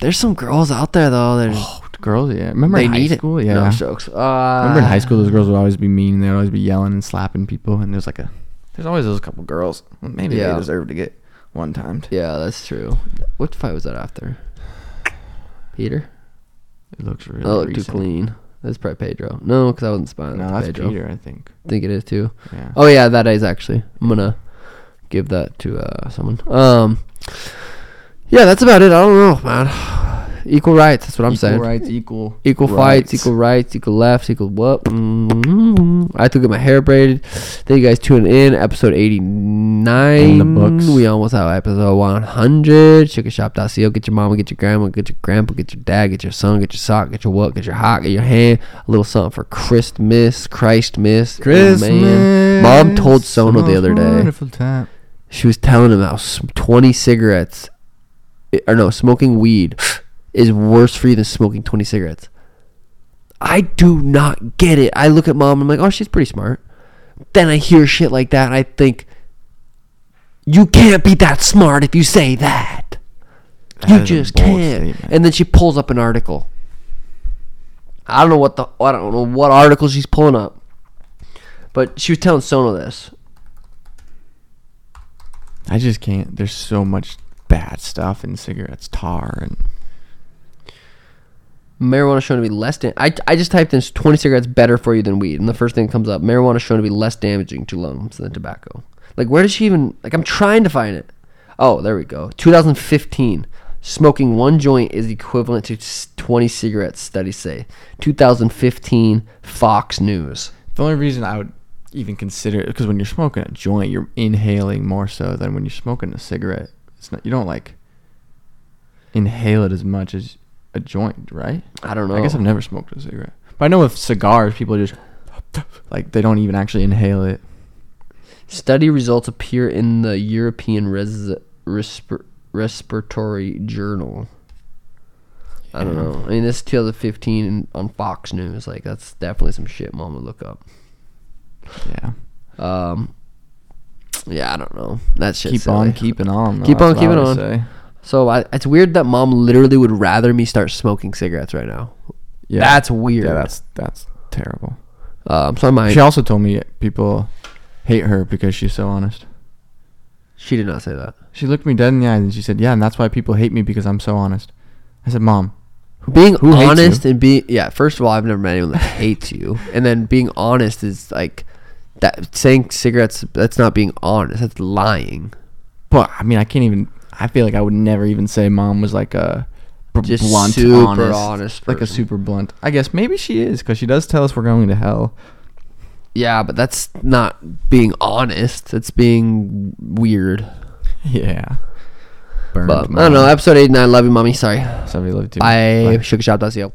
Speaker 1: There's some girls out there though that are-
Speaker 2: oh, girls. Yeah, remember
Speaker 1: they
Speaker 2: in high
Speaker 1: need
Speaker 2: school?
Speaker 1: it.
Speaker 2: Yeah,
Speaker 1: No jokes. Uh,
Speaker 2: remember in high school, those girls would always be mean. and They'd always be yelling and slapping people. And there's like a, there's always those couple girls. Maybe
Speaker 1: Yeah.
Speaker 2: they deserve to get one timed.
Speaker 1: Yeah, that's true. What fight was that after? Peter.
Speaker 2: It looks really.
Speaker 1: that looked too
Speaker 2: recent.
Speaker 1: clean. That's probably Pedro. No, because I wasn't spying.
Speaker 2: No,
Speaker 1: No,
Speaker 2: that's
Speaker 1: Pedro.
Speaker 2: Peter. I think.
Speaker 1: I think it is too.
Speaker 2: Yeah.
Speaker 1: Oh yeah, that is actually. I'm gonna give that to uh, someone. Um, yeah, that's about it. I don't know, man. Equal rights. That's what I'm
Speaker 2: equal
Speaker 1: saying.
Speaker 2: rights, equal.
Speaker 1: Equal fights,
Speaker 2: rights.
Speaker 1: equal rights, equal lefts, equal what? mm I had to get my hair braided. Thank you guys tuning in. Episode 89.
Speaker 2: In the books.
Speaker 1: We almost have episode 100. Sugarshop.co. Get your mama, get your grandma, get your grandpa, get your dad, get your son, get your sock, get your what, get your hot, get your hand. A little something for Christmas, Christmas. Oh, man. Mom told Sona the other day
Speaker 2: Wonderful time.
Speaker 1: she was telling him how s- 20 cigarettes i- or no smoking weed is worse for you than smoking 20 cigarettes i do not get it i look at mom i'm like oh she's pretty smart then i hear shit like that and i think you can't be that smart if you say that,
Speaker 2: That
Speaker 1: you
Speaker 2: is a
Speaker 1: just
Speaker 2: bold
Speaker 1: can't
Speaker 2: statement.
Speaker 1: and then she pulls up an article i don't know what the i don't know what article she's pulling up but she was telling Sona this
Speaker 2: I just can't. There's so much bad stuff in cigarettes, tar and
Speaker 1: marijuana shown to be less dam- I, I just typed in 20 cigarettes better for you than weed and the first thing that comes up marijuana shown to be less damaging to lungs than tobacco like where does she even like i'm trying to find it oh there we go 2015 Smoking one joint is equivalent to s- 20 cigarettes, studies say. 2015 Fox News.
Speaker 2: The only reason I would even consider it because when you're smoking a joint, you're inhaling more so than when you're smoking a cigarette. It's not you don't like inhale it as much as a joint, right?
Speaker 1: I don't know.
Speaker 2: I guess I've never smoked a cigarette, but I know with cigars, people just like they don't even actually inhale it.
Speaker 1: Study results appear in the European Res- Respir- Respiratory Journal. I don't know. I mean, this 2015 in- on Fox News. Like, that's definitely some shit mom would look up.
Speaker 2: Yeah,
Speaker 1: Um, yeah, I don't know. That shit.
Speaker 2: keep on keeping on. though,
Speaker 1: Keep
Speaker 2: that's
Speaker 1: on
Speaker 2: what I
Speaker 1: keeping
Speaker 2: would
Speaker 1: on.
Speaker 2: say.
Speaker 1: So I, it's weird that mom literally would rather me start smoking cigarettes right now.
Speaker 2: Yeah,
Speaker 1: That's weird.
Speaker 2: yeah, that's that's terrible.
Speaker 1: Um, so I might.
Speaker 2: She also told me people hate her because she's so honest.
Speaker 1: She did not say that.
Speaker 2: She looked me dead in the eyes and she said, "Yeah, and that's why people hate me because I'm so honest." I said, "Mom,
Speaker 1: Being
Speaker 2: who hates
Speaker 1: honest and being yeah. First of all, I've never met anyone that hates you, and then being honest is like that. Saying cigarettes that's not being honest. That's lying.
Speaker 2: But I mean, I can't even. I feel like I would never even say mom was like a b-
Speaker 1: Just
Speaker 2: blunt,
Speaker 1: super
Speaker 2: honest,
Speaker 1: honest
Speaker 2: like a
Speaker 1: person.
Speaker 2: super blunt. I guess maybe she is because she does tell us we're going to hell.
Speaker 1: Yeah, but that's not being honest. It's being weird.
Speaker 2: Yeah.
Speaker 1: But I don't know. Episode eight and nine. Love you, mommy. Sorry.
Speaker 2: Somebody loved you.
Speaker 1: Bye.
Speaker 2: Bye.
Speaker 1: Sugar Shop. That's you.